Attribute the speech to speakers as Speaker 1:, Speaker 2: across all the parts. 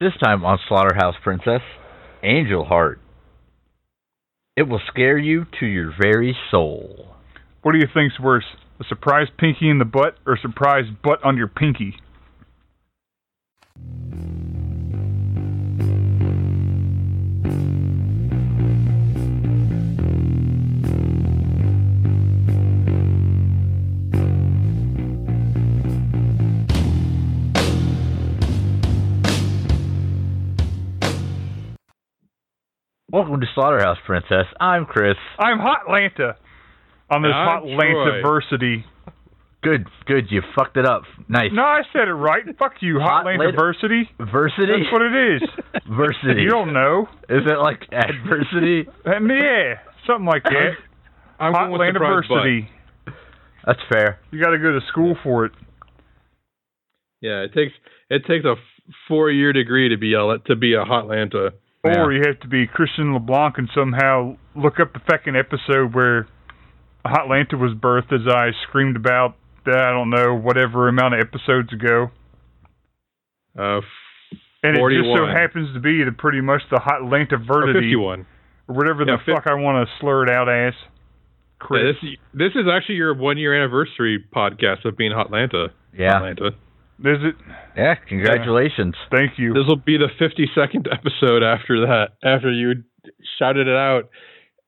Speaker 1: This time on Slaughterhouse Princess, Angel Heart. It will scare you to your very soul.
Speaker 2: What do you think's worse, a surprise pinky in the butt or a surprise butt on your pinky?
Speaker 1: Welcome to Slaughterhouse Princess. I'm Chris.
Speaker 2: I'm Hot Lanta on this
Speaker 3: And I'm
Speaker 2: Hot Lanta versity.
Speaker 1: Good, good. You fucked it up. Nice.
Speaker 2: No, I said it right. Fuck you, Hot,
Speaker 1: Hot
Speaker 2: Lanta
Speaker 1: Lanta-
Speaker 2: versity.
Speaker 1: Versity.
Speaker 2: That's what it is.
Speaker 1: Versity.
Speaker 2: you don't know.
Speaker 1: Is it like adversity?
Speaker 2: And yeah, something like that.
Speaker 3: I'm
Speaker 2: Hot
Speaker 3: going with
Speaker 2: Lanta
Speaker 3: surprise butt.
Speaker 2: versity.
Speaker 1: That's fair.
Speaker 2: You got to go to school for it.
Speaker 3: Yeah, it takes it takes a four year degree to be a to be a hot Lanta.
Speaker 2: Or you have to be Christian LeBlanc and somehow look up the second episode where Hot Lanta was birthed as I screamed about, uh, I don't know, whatever amount of episodes ago.
Speaker 3: Uh, f-
Speaker 2: And it just so
Speaker 3: 41.
Speaker 2: happens to be the pretty much the Hot Lanta
Speaker 3: or
Speaker 2: Verdity,
Speaker 3: fifty one.
Speaker 2: or whatever the
Speaker 3: Yeah, fif-
Speaker 2: fuck I want to slur it out as. Chris.
Speaker 3: Yeah, this this is actually your one year anniversary podcast of being hot Lanta.
Speaker 1: Yeah.
Speaker 3: Hot Lanta.
Speaker 2: Is it?
Speaker 1: Yeah, congratulations.
Speaker 2: Thank you.
Speaker 3: This will be the fifty second episode after that. After you shouted it out,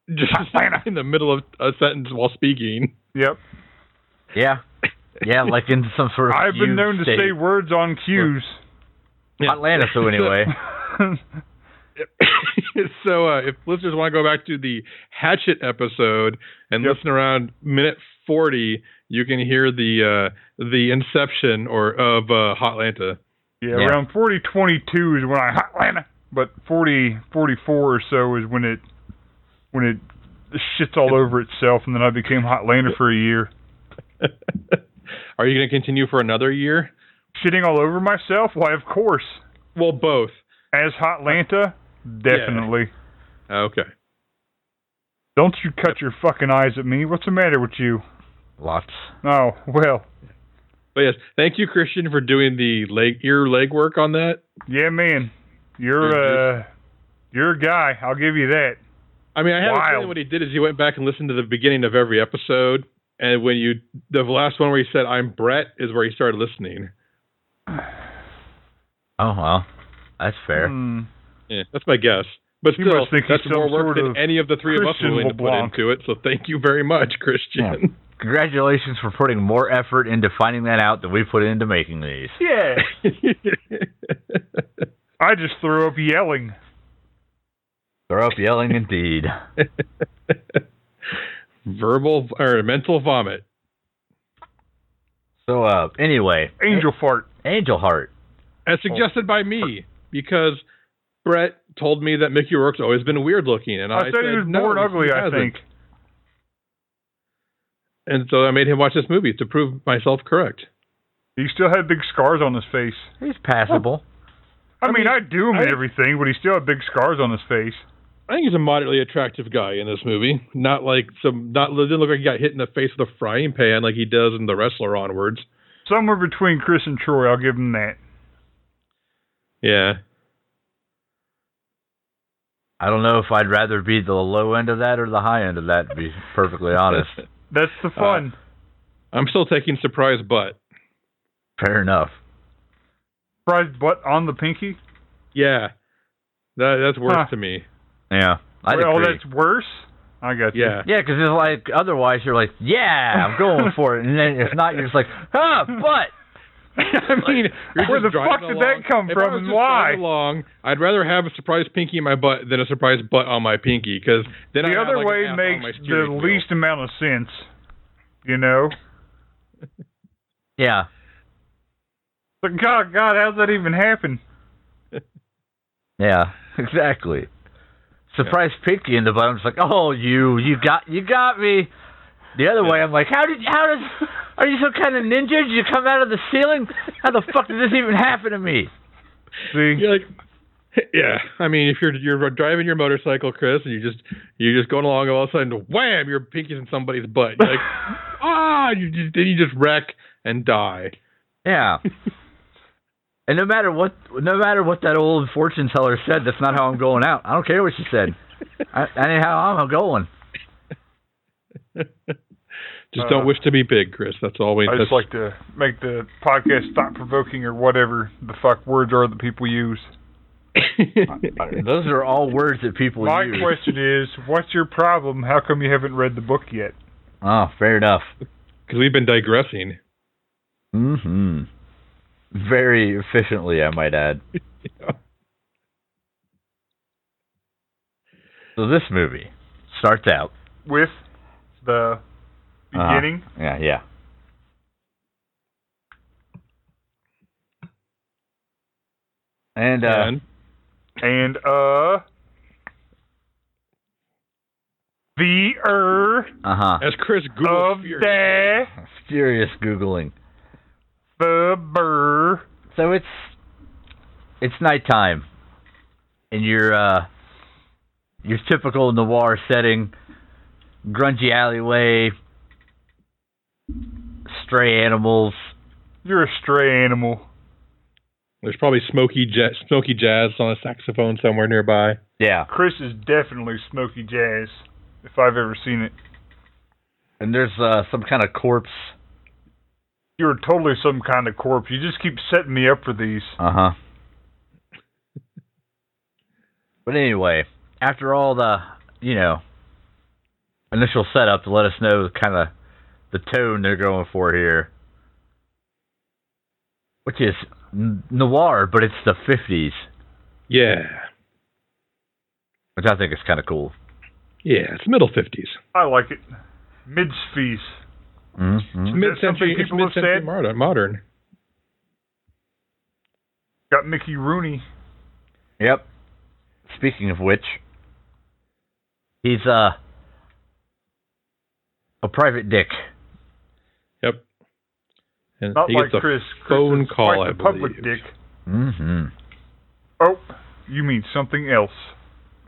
Speaker 3: just
Speaker 2: Lanta.
Speaker 3: in the middle of a sentence while speaking.
Speaker 2: yep.
Speaker 1: Yeah. Yeah, like in some sort of.
Speaker 2: I've been
Speaker 1: fugue
Speaker 2: known to
Speaker 1: state.
Speaker 2: say words on cues.
Speaker 3: Yeah.
Speaker 1: Atlanta, so anyway.
Speaker 3: so uh, if listeners want to go back to the hatchet episode and
Speaker 2: Yep.
Speaker 3: listen around minute 40 you can hear the uh, the inception or of uh, hot lanta
Speaker 2: Yeah,
Speaker 1: Yeah.
Speaker 2: around forty twenty two is when I hot Lanta, but forty forty four or so is when it when it shits all over itself, and then I became hot Lanta for a year,
Speaker 3: are you going to continue for another year
Speaker 2: shitting all over myself. Why, of course,
Speaker 3: well both
Speaker 2: as hot Lanta, definitely.
Speaker 3: Uh, okay
Speaker 2: Don't you cut your fucking eyes at me? What's the matter with you?
Speaker 1: Lots.
Speaker 2: Oh well,
Speaker 3: but yes thank you christian for doing the leg ear leg work on that
Speaker 2: yeah, man, you're uh, you're a guy. I'll give you that.
Speaker 3: i mean i have a
Speaker 2: Wild.
Speaker 3: feeling what he did is he went back and listened to the beginning of every episode and when you the last one where he said i'm brett is where he started listening
Speaker 1: Oh, well. That's fair.
Speaker 2: Hmm.
Speaker 3: Yeah, that's my guess. But
Speaker 2: You
Speaker 3: still,
Speaker 2: must think
Speaker 3: that's
Speaker 2: he's
Speaker 3: more
Speaker 2: some
Speaker 3: work
Speaker 2: sort
Speaker 3: than
Speaker 2: of
Speaker 3: any of the three of us
Speaker 2: Christian
Speaker 3: were willing
Speaker 2: LeBlanc.
Speaker 3: to put into it. So thank you very much, Christian.
Speaker 1: Congratulations for putting more effort into finding that out than we put into making these.
Speaker 2: Yeah, I just threw up yelling.
Speaker 1: They're up yelling indeed.
Speaker 3: Verbal or mental vomit.
Speaker 1: So, uh, anyway,
Speaker 2: Angel fart.
Speaker 1: Angel Heart.
Speaker 3: As suggested by me, because Brett told me that Mickey Rourke's always been weird looking. And I,
Speaker 2: I, said he was
Speaker 3: no,
Speaker 2: born
Speaker 3: he
Speaker 2: ugly. I
Speaker 3: hasn't."
Speaker 2: think.
Speaker 3: And so I made him watch this movie to prove myself correct.
Speaker 2: He still had big scars on his face.
Speaker 1: He's passable.
Speaker 2: I,
Speaker 3: I
Speaker 2: mean,
Speaker 3: mean,
Speaker 2: I do him and
Speaker 3: I-
Speaker 2: everything, but he still had big scars on his face.
Speaker 3: I think he's a moderately attractive guy in this movie. Not like some, not didn't look like he got hit in the face with a frying pan like he does in The Wrestler onwards.
Speaker 2: Somewhere between Chris and Troy, I'll give him that.
Speaker 3: Yeah.
Speaker 1: I don't know if I'd rather be the low end of that or the high end of that, to be perfectly honest.
Speaker 2: That's
Speaker 3: Uh,
Speaker 2: the fun.
Speaker 3: I'm still taking surprise butt.
Speaker 1: Fair enough.
Speaker 2: Surprised butt on the pinky.
Speaker 3: Yeah, that, that's worse
Speaker 2: Huh.
Speaker 3: to me.
Speaker 1: Yeah. I
Speaker 2: well,
Speaker 1: agree.
Speaker 2: that's worse. I got you.
Speaker 3: Yeah,
Speaker 1: Yeah, because it's like otherwise you're like, yeah, I'm going for it, and then if not, you're just like, huh, but
Speaker 3: I mean, you're
Speaker 2: Where
Speaker 3: just
Speaker 2: the
Speaker 3: driving
Speaker 2: fuck did that
Speaker 3: along.
Speaker 2: come
Speaker 3: If
Speaker 2: from
Speaker 3: I was
Speaker 2: and
Speaker 3: just
Speaker 2: why?
Speaker 3: driving Along, I'd rather have a surprise pinky in my butt than a surprise butt on my pinky because then
Speaker 2: The
Speaker 3: I
Speaker 2: other
Speaker 3: have, like,
Speaker 2: way
Speaker 3: an app on my
Speaker 2: makes the
Speaker 3: steering wheel.
Speaker 2: least amount of sense. You know,
Speaker 1: yeah,
Speaker 2: but God, God, how's that even happen?
Speaker 1: yeah, exactly. Surprise pinky in the butt. I'm just like, oh, you, you got, you got me. The other way, I'm like, how did, how does, are you some kind of ninja? Did you come out of the ceiling? How the fuck did this even happen to me?
Speaker 2: See,
Speaker 3: You're like, yeah. I mean, if you're you're driving your motorcycle, Chris, and you just you're just going along, and all of a sudden, wham, your pinky's in somebody's butt. You're like, ah, you just, then you just wreck and die.
Speaker 1: Yeah. And no matter what, no matter what that old fortune teller said, that's not how I'm going out. I don't care what she said. I, that ain't how I'm going.
Speaker 3: Just don't
Speaker 2: Uh,
Speaker 3: wish to be big, Chris. That's all we.
Speaker 2: I
Speaker 3: That's,
Speaker 2: just like to make the podcast thought provoking or whatever the fuck words are that people use.
Speaker 1: Those are all words that people
Speaker 2: My
Speaker 1: use.
Speaker 2: question is, what's your problem? How come you haven't read the book yet?
Speaker 1: Oh, fair enough.
Speaker 3: because we've been digressing.
Speaker 1: hmm Very efficiently, I might add.
Speaker 2: uh,
Speaker 1: So this movie starts out.
Speaker 2: With the
Speaker 1: uh,
Speaker 2: beginning,
Speaker 1: yeah, yeah. And uh,
Speaker 3: And
Speaker 2: and uh, the er
Speaker 1: uh huh.
Speaker 3: as Chris
Speaker 2: of
Speaker 3: Googles furiously,
Speaker 2: the
Speaker 1: Furious googling.
Speaker 2: the burr.
Speaker 1: So it's it's nighttime in your uh your typical noir setting, grungy alleyway, stray animals.
Speaker 2: You're a stray animal.
Speaker 3: there's probably smoky jazz, smoky jazz on a saxophone somewhere nearby.
Speaker 1: Yeah,
Speaker 2: Chris is definitely smoky jazz, if I've ever seen it.
Speaker 1: and there's uh, some kind of corpse.
Speaker 2: You're totally some kind of corpse. You just keep setting me up for these.
Speaker 1: Uh huh. But anyway, after all the you know initial setup to let us know kind of the tone they're going for here, which is n- noir, but it's the '50s,
Speaker 3: Yeah,
Speaker 1: which I think is kind of cool.
Speaker 3: yeah, it's middle fifties,
Speaker 2: I like it. Midsfees.
Speaker 1: Mm-hmm.
Speaker 3: mid century,
Speaker 2: something people have said?
Speaker 3: modern. modern.
Speaker 2: Got Mickey Rooney.
Speaker 1: Yep. Speaking of which, he's uh a private dick.
Speaker 3: Yep. And
Speaker 2: Not
Speaker 3: he
Speaker 2: like
Speaker 3: gets a
Speaker 2: Chris.
Speaker 3: phone
Speaker 2: Chris is
Speaker 3: call,
Speaker 2: quite
Speaker 3: I
Speaker 2: the public
Speaker 3: believe.
Speaker 2: dick.
Speaker 1: Mm-hmm.
Speaker 2: Oh, you mean something else.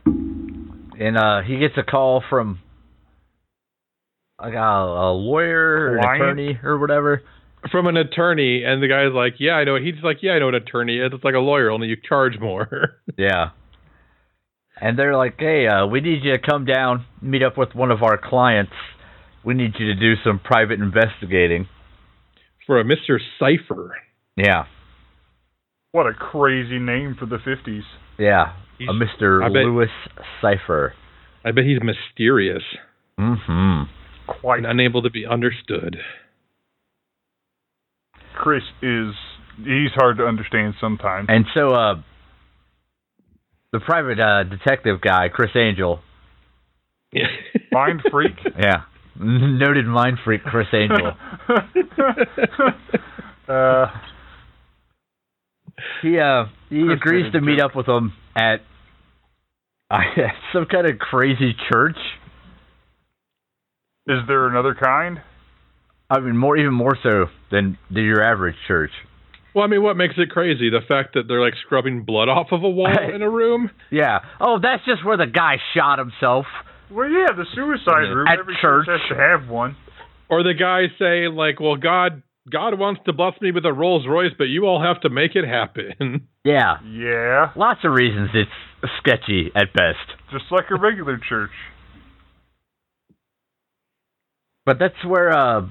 Speaker 1: and uh, he gets a call from like a, a lawyer, or an
Speaker 2: Client?
Speaker 1: attorney, or whatever.
Speaker 3: from an attorney, and the guy's like, "Yeah, I know." He's like, "Yeah, I know an attorney. is. It's like a lawyer, only you charge more."
Speaker 1: Yeah. And they're like, "Hey, uh, we need you to come down, meet up with one of our clients. We need you to do some private investigating."
Speaker 3: for a Mister Cipher.
Speaker 1: Yeah,
Speaker 2: What a crazy name for the 50s.
Speaker 1: yeah.
Speaker 3: He's-
Speaker 1: A Mr.
Speaker 3: I bet-
Speaker 1: Lewis Cipher.
Speaker 3: I bet he's mysterious
Speaker 1: Mm-hmm.
Speaker 2: Quite.
Speaker 3: and unable to be understood.
Speaker 2: Chris is. He's hard to understand sometimes.
Speaker 1: And so, uh, the private uh, detective guy, Chris Angel.
Speaker 3: Yeah.
Speaker 2: Mind freak.
Speaker 1: Yeah, noted mind freak, Chris Angel.
Speaker 2: uh,
Speaker 1: He uh he
Speaker 2: Chris
Speaker 1: agrees
Speaker 2: made a
Speaker 1: to meet
Speaker 2: joke.
Speaker 1: up with them at uh, some kind of crazy church.
Speaker 2: is there another kind?
Speaker 1: I mean, more even more so than the, your average church.
Speaker 3: well, I mean, what makes it crazy? The fact that they're like scrubbing blood off of a wall in a room.
Speaker 1: Yeah. Oh, that's just where the guy shot himself.
Speaker 2: Well, yeah, the suicide room.
Speaker 1: At
Speaker 2: Every
Speaker 1: church.
Speaker 2: has to have one.
Speaker 3: Or the guy saying like, "Well, God, God wants to bless me with a Rolls Royce, but you all have to make it happen."
Speaker 1: Yeah.
Speaker 2: Yeah,
Speaker 1: Lots of reasons it's sketchy at best.
Speaker 2: just like a regular church.
Speaker 1: But that's where uh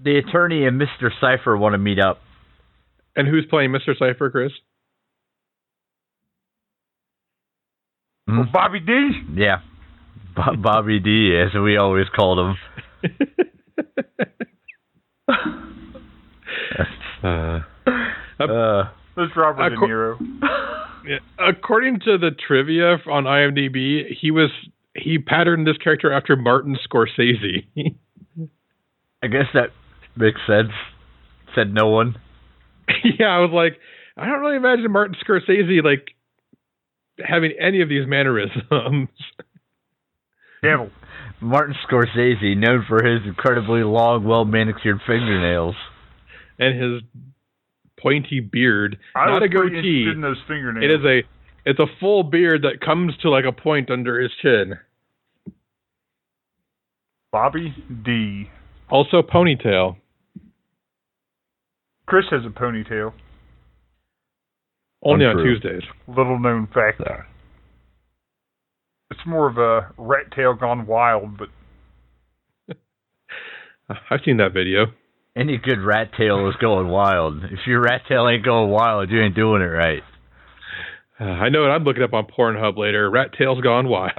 Speaker 1: the attorney and Mr. Cipher want to meet up.
Speaker 3: and who's playing Mister Cipher, Chris?
Speaker 1: Hmm?
Speaker 2: Well, Bobby D.
Speaker 1: Yeah. Bo- Bobby D, as we always called him. Uh, uh,
Speaker 2: That's Robert
Speaker 3: Uh,
Speaker 2: De
Speaker 3: co-
Speaker 2: Niro.
Speaker 3: Yeah. According to the trivia on IMDb, he was he patterned this character after Martin Scorsese.
Speaker 1: I guess that makes sense. Said no one.
Speaker 3: yeah, I was like, I don't really imagine Martin Scorsese like having any of these mannerisms.
Speaker 2: Devil.
Speaker 1: Martin Scorsese, known for his incredibly long, well manicured fingernails.
Speaker 3: and his pointy beard,
Speaker 2: I
Speaker 3: not
Speaker 2: was
Speaker 3: a
Speaker 2: pretty
Speaker 3: goatee.
Speaker 2: interested in those fingernails.
Speaker 3: It is a it's a full beard that comes to like a point under his chin.
Speaker 2: Bobby D.
Speaker 3: Also ponytail.
Speaker 2: Chris has a ponytail.
Speaker 3: Only on
Speaker 4: Untrue.
Speaker 3: Tuesdays.
Speaker 2: Little known fact.
Speaker 4: So,
Speaker 2: It's more of a rat tail gone wild, but
Speaker 3: I've seen that video.
Speaker 1: Any good rat tail is going wild. If your rat tail ain't going wild, you ain't doing it right.
Speaker 3: Uh, I know it. I'm looking up on Pornhub later. Rat tails gone wild.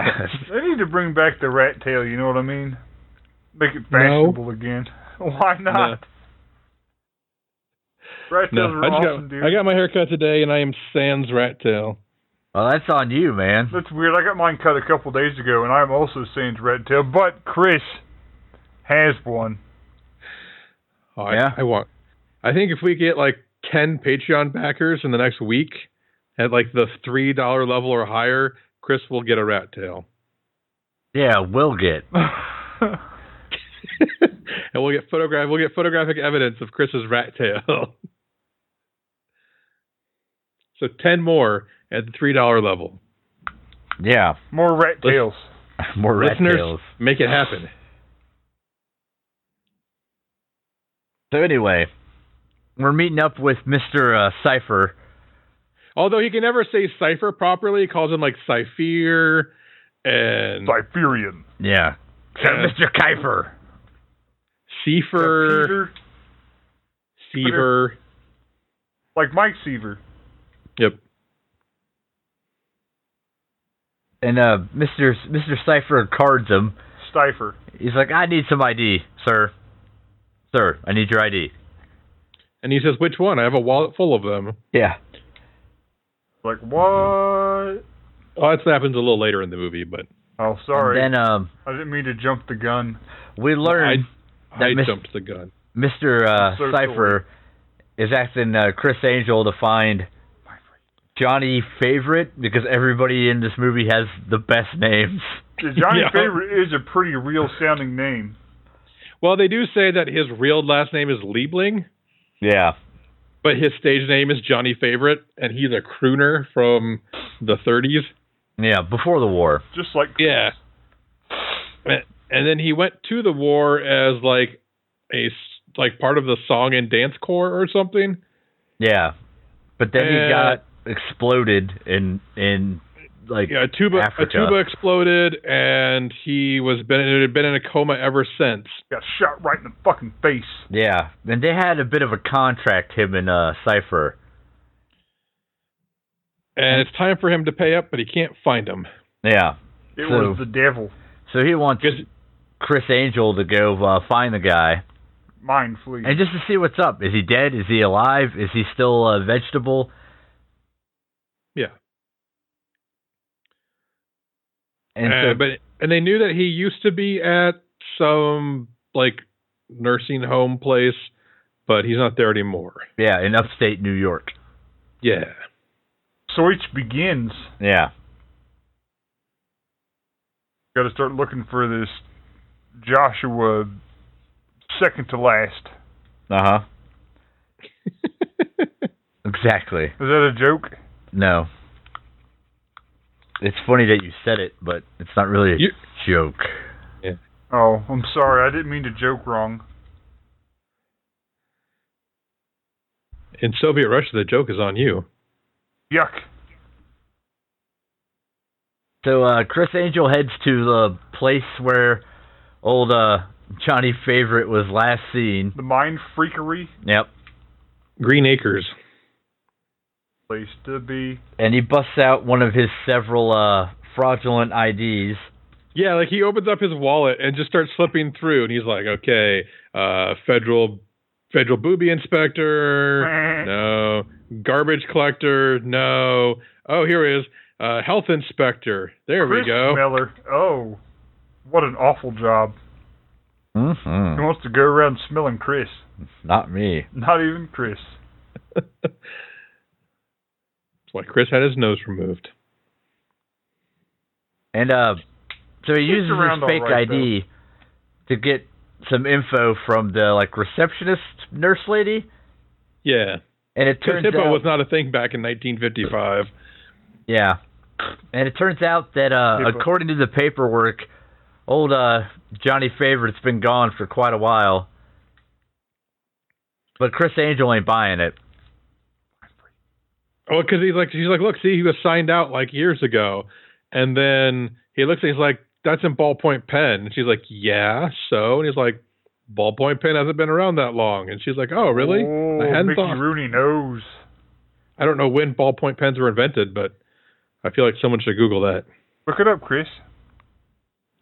Speaker 2: they need to bring back the rat tail. You know what I mean? Make it
Speaker 3: No.
Speaker 2: fashionable again. Why not? Rat
Speaker 3: no,
Speaker 2: tails are
Speaker 3: I, just
Speaker 2: awesome, dude.
Speaker 3: got, I got my haircut today, and I am sans rat tail.
Speaker 1: well, that's on you, man.
Speaker 2: That's weird. I got mine cut a couple days ago, and I'm also seeing rat tail. But Chris has one.
Speaker 3: Oh, I-
Speaker 1: Yeah.
Speaker 3: I, want. I think if we get like ten Patreon backers in the next week, at like the three dollar level or higher, Chris will get a rat tail,
Speaker 1: Yeah, we'll get.
Speaker 3: and we'll get photograph. We'll get photographic evidence of Chris's rat tail. so ten more at the three dollar level.
Speaker 1: Yeah,
Speaker 2: More rat
Speaker 3: Let's-
Speaker 2: tails.
Speaker 1: more rat
Speaker 3: Listeners,
Speaker 1: tails.
Speaker 3: make it happen.
Speaker 1: So anyway, we're meeting up with Mister uh, Cipher.
Speaker 3: Although he can never say cipher properly, he calls him like Cypher and
Speaker 2: Cypherian.
Speaker 1: Yeah.
Speaker 3: Yeah.
Speaker 1: Mister Kuiper.
Speaker 3: Cipher,
Speaker 2: Peter,
Speaker 3: Seaver.
Speaker 2: like Mike Seaver.
Speaker 3: Yep.
Speaker 1: And uh, Mister Mister Cipher cards him.
Speaker 2: Stifer.
Speaker 1: He's like, I need some ID, sir. Sir, I need your ID.
Speaker 3: And he says, "Which one? I have a wallet full of them."
Speaker 1: Yeah.
Speaker 2: Like, what?
Speaker 3: Oh, that happens a little later in the movie, but
Speaker 2: Oh, sorry.
Speaker 1: And then um,
Speaker 2: I didn't mean to jump the gun.
Speaker 1: we learn
Speaker 3: I,
Speaker 1: That
Speaker 3: I
Speaker 1: mis-
Speaker 3: jumped the gun.
Speaker 1: Mister uh,
Speaker 2: So
Speaker 1: Cipher is asking uh, Chris Angel to find Johnny Favorite because everybody in this movie has the best names.
Speaker 2: The Johnny
Speaker 3: Yeah.
Speaker 2: Favorite is a pretty real sounding name.
Speaker 3: Well, they do say that his real last name is Liebling,
Speaker 1: Yeah.
Speaker 3: but his stage name is Johnny Favorite, and he's a crooner from the 30s.
Speaker 1: Yeah. Before the war.
Speaker 2: Just like
Speaker 3: Yeah. And, and then he went to the war as like a s- like part of the song and dance corps or something.
Speaker 1: Yeah. But then he
Speaker 3: Uh,
Speaker 1: got exploded in in like
Speaker 3: Yeah, a tuba
Speaker 1: Africa.
Speaker 3: a tuba exploded, and he was been it had been in a coma ever since.
Speaker 2: got shot right in the fucking face.
Speaker 1: Yeah, and they had a bit of a contract him and uh, Cipher.
Speaker 3: And it's time for him to pay up, but he can't find him.
Speaker 1: Yeah,
Speaker 2: It
Speaker 1: So-
Speaker 2: was the devil.
Speaker 1: so he wants
Speaker 3: Because
Speaker 1: Chris Angel to go uh, find the guy
Speaker 2: Mind fleet.
Speaker 1: and just to see what's up. Is he dead? Is he alive? Is he still a vegetable?
Speaker 3: Yeah.
Speaker 1: And
Speaker 3: uh,
Speaker 1: so,
Speaker 3: but and they knew that he used to be at some like nursing home place, but he's not there anymore.
Speaker 1: yeah, in upstate New York.
Speaker 3: Yeah.
Speaker 2: Search begins.
Speaker 1: Yeah,
Speaker 2: Got to start looking for this Joshua second to last.
Speaker 1: uh huh,
Speaker 3: Uh-huh.
Speaker 1: exactly.
Speaker 2: Is that a joke?
Speaker 1: No, it's funny that you said it, but it's not really a
Speaker 3: You-
Speaker 1: joke.
Speaker 2: Oh, I'm sorry. I didn't mean to joke wrong.
Speaker 3: In Soviet Russia, the joke is on you.
Speaker 2: Yuck.
Speaker 1: So uh, Chris Angel heads to the place where old uh, Johnny Favorite was last seen.
Speaker 2: The mind freakery
Speaker 1: Yep.
Speaker 3: Green Acres.
Speaker 2: place to be.
Speaker 1: And he busts out one of his several uh, fraudulent IDs.
Speaker 3: Yeah, like he opens up his wallet and just starts flipping through, and he's like, "Okay, uh, federal, federal booby inspector, no, garbage collector, no. Oh, here it is, uh, health inspector. There
Speaker 2: Chris
Speaker 3: we go.
Speaker 2: Miller. Oh, what an awful job. Who
Speaker 1: Mm-hmm.
Speaker 2: wants to go around smelling Chris?
Speaker 1: Not me.
Speaker 2: Not even Chris.
Speaker 3: That's why Chris had his nose removed.
Speaker 1: And uh, so he uses
Speaker 2: around
Speaker 1: his
Speaker 2: all
Speaker 1: fake
Speaker 2: right,
Speaker 1: ID to get some info from the like receptionist nurse lady.
Speaker 3: Yeah,
Speaker 1: And it
Speaker 3: because
Speaker 1: turns
Speaker 3: hippo
Speaker 1: out,
Speaker 3: was not a thing back in 1955.
Speaker 1: yeah. And it turns out that uh,
Speaker 2: Hippo.
Speaker 1: according to the paperwork, old uh, Johnny Favorite's been gone for quite a while. But Chris Angel ain't buying it.
Speaker 3: Well, because Oh, he's like, he's like, look, see, he was signed out like years ago, and then he looks, and he's like, that's in ballpoint pen, and she's like, yeah, so, and he's like, ballpoint pen hasn't been around that long, and she's like, oh, really?
Speaker 2: Oh,
Speaker 3: I hadn't
Speaker 2: Mickey
Speaker 3: thought.
Speaker 2: Rooney knows.
Speaker 3: I don't know when ballpoint pens were invented, but I feel like someone should Google that.
Speaker 2: Look it up, Chris.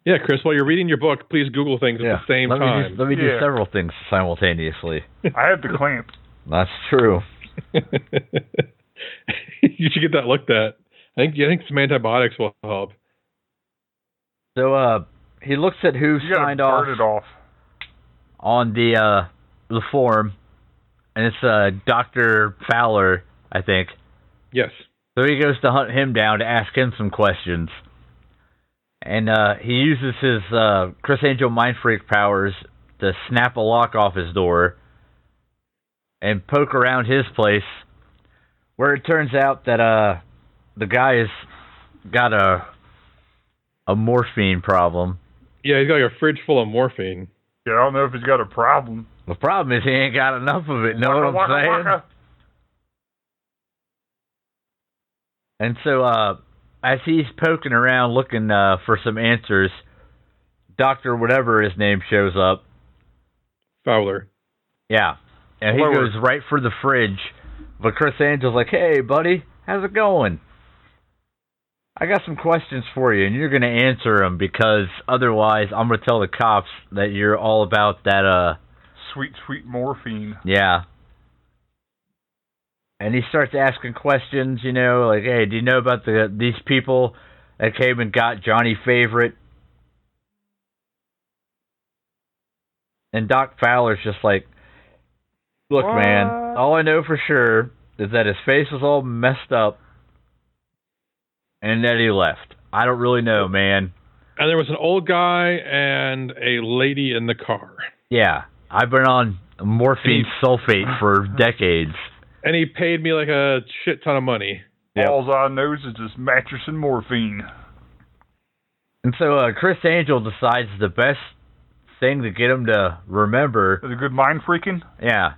Speaker 3: Yeah, Chris, while you're reading your book, please Google things
Speaker 1: yeah.
Speaker 3: at the same
Speaker 1: let me
Speaker 3: time.
Speaker 1: Do, let me do
Speaker 2: Yeah.
Speaker 1: several things simultaneously.
Speaker 2: I have the clamp.
Speaker 1: That's true.
Speaker 3: you should get that looked at. I think I think some antibiotics will help.
Speaker 1: So uh, he looks at who
Speaker 2: You gotta
Speaker 1: signed
Speaker 2: burn
Speaker 1: off
Speaker 2: it off.
Speaker 1: on the uh, the form, and it's uh, Doctor Fowler, I think.
Speaker 3: Yes.
Speaker 1: So he goes to hunt him down to ask him some questions. And uh, he uses his uh, Chris Angel Mind Freak powers to snap a lock off his door and poke around his place, where it turns out that uh, the guy has got a a morphine problem.
Speaker 3: Yeah, he's got like a fridge full of morphine.
Speaker 2: Yeah, I don't know if he's got a problem.
Speaker 1: The problem is he ain't got enough of it. Know
Speaker 2: Waka,
Speaker 1: what
Speaker 2: waka,
Speaker 1: I'm saying?
Speaker 2: waka.
Speaker 1: And so, uh, as he's poking around looking uh, for some answers, Doctor whatever his name shows up.
Speaker 3: Fowler.
Speaker 1: Yeah, and he
Speaker 2: Lower.
Speaker 1: goes right for the fridge. But Chris Angel's like, "Hey, buddy, how's it going? I got some questions for you, and you're gonna answer them because otherwise, I'm gonna tell the cops that you're all about that." Uh,
Speaker 2: Sweet, sweet morphine.
Speaker 1: yeah. And he starts asking questions, you know, like, "Hey, do you know about the these people that came and got Johnny Favorite?" And Doc Fowler's just like, "Look, man,
Speaker 2: What?
Speaker 1: all I know for sure is that his face was all messed up, and that he left. I don't really know, man.
Speaker 3: And there was an old guy and a lady in the car.
Speaker 1: Yeah, I've been on morphine sulfate for decades."
Speaker 3: And he paid me like a shit ton of money.
Speaker 1: Yep.
Speaker 2: All I knows is this mattress and morphine.
Speaker 1: And so uh, Chris Angel decides the best thing to get him to remember,
Speaker 2: Is a good mind freaking?
Speaker 1: yeah,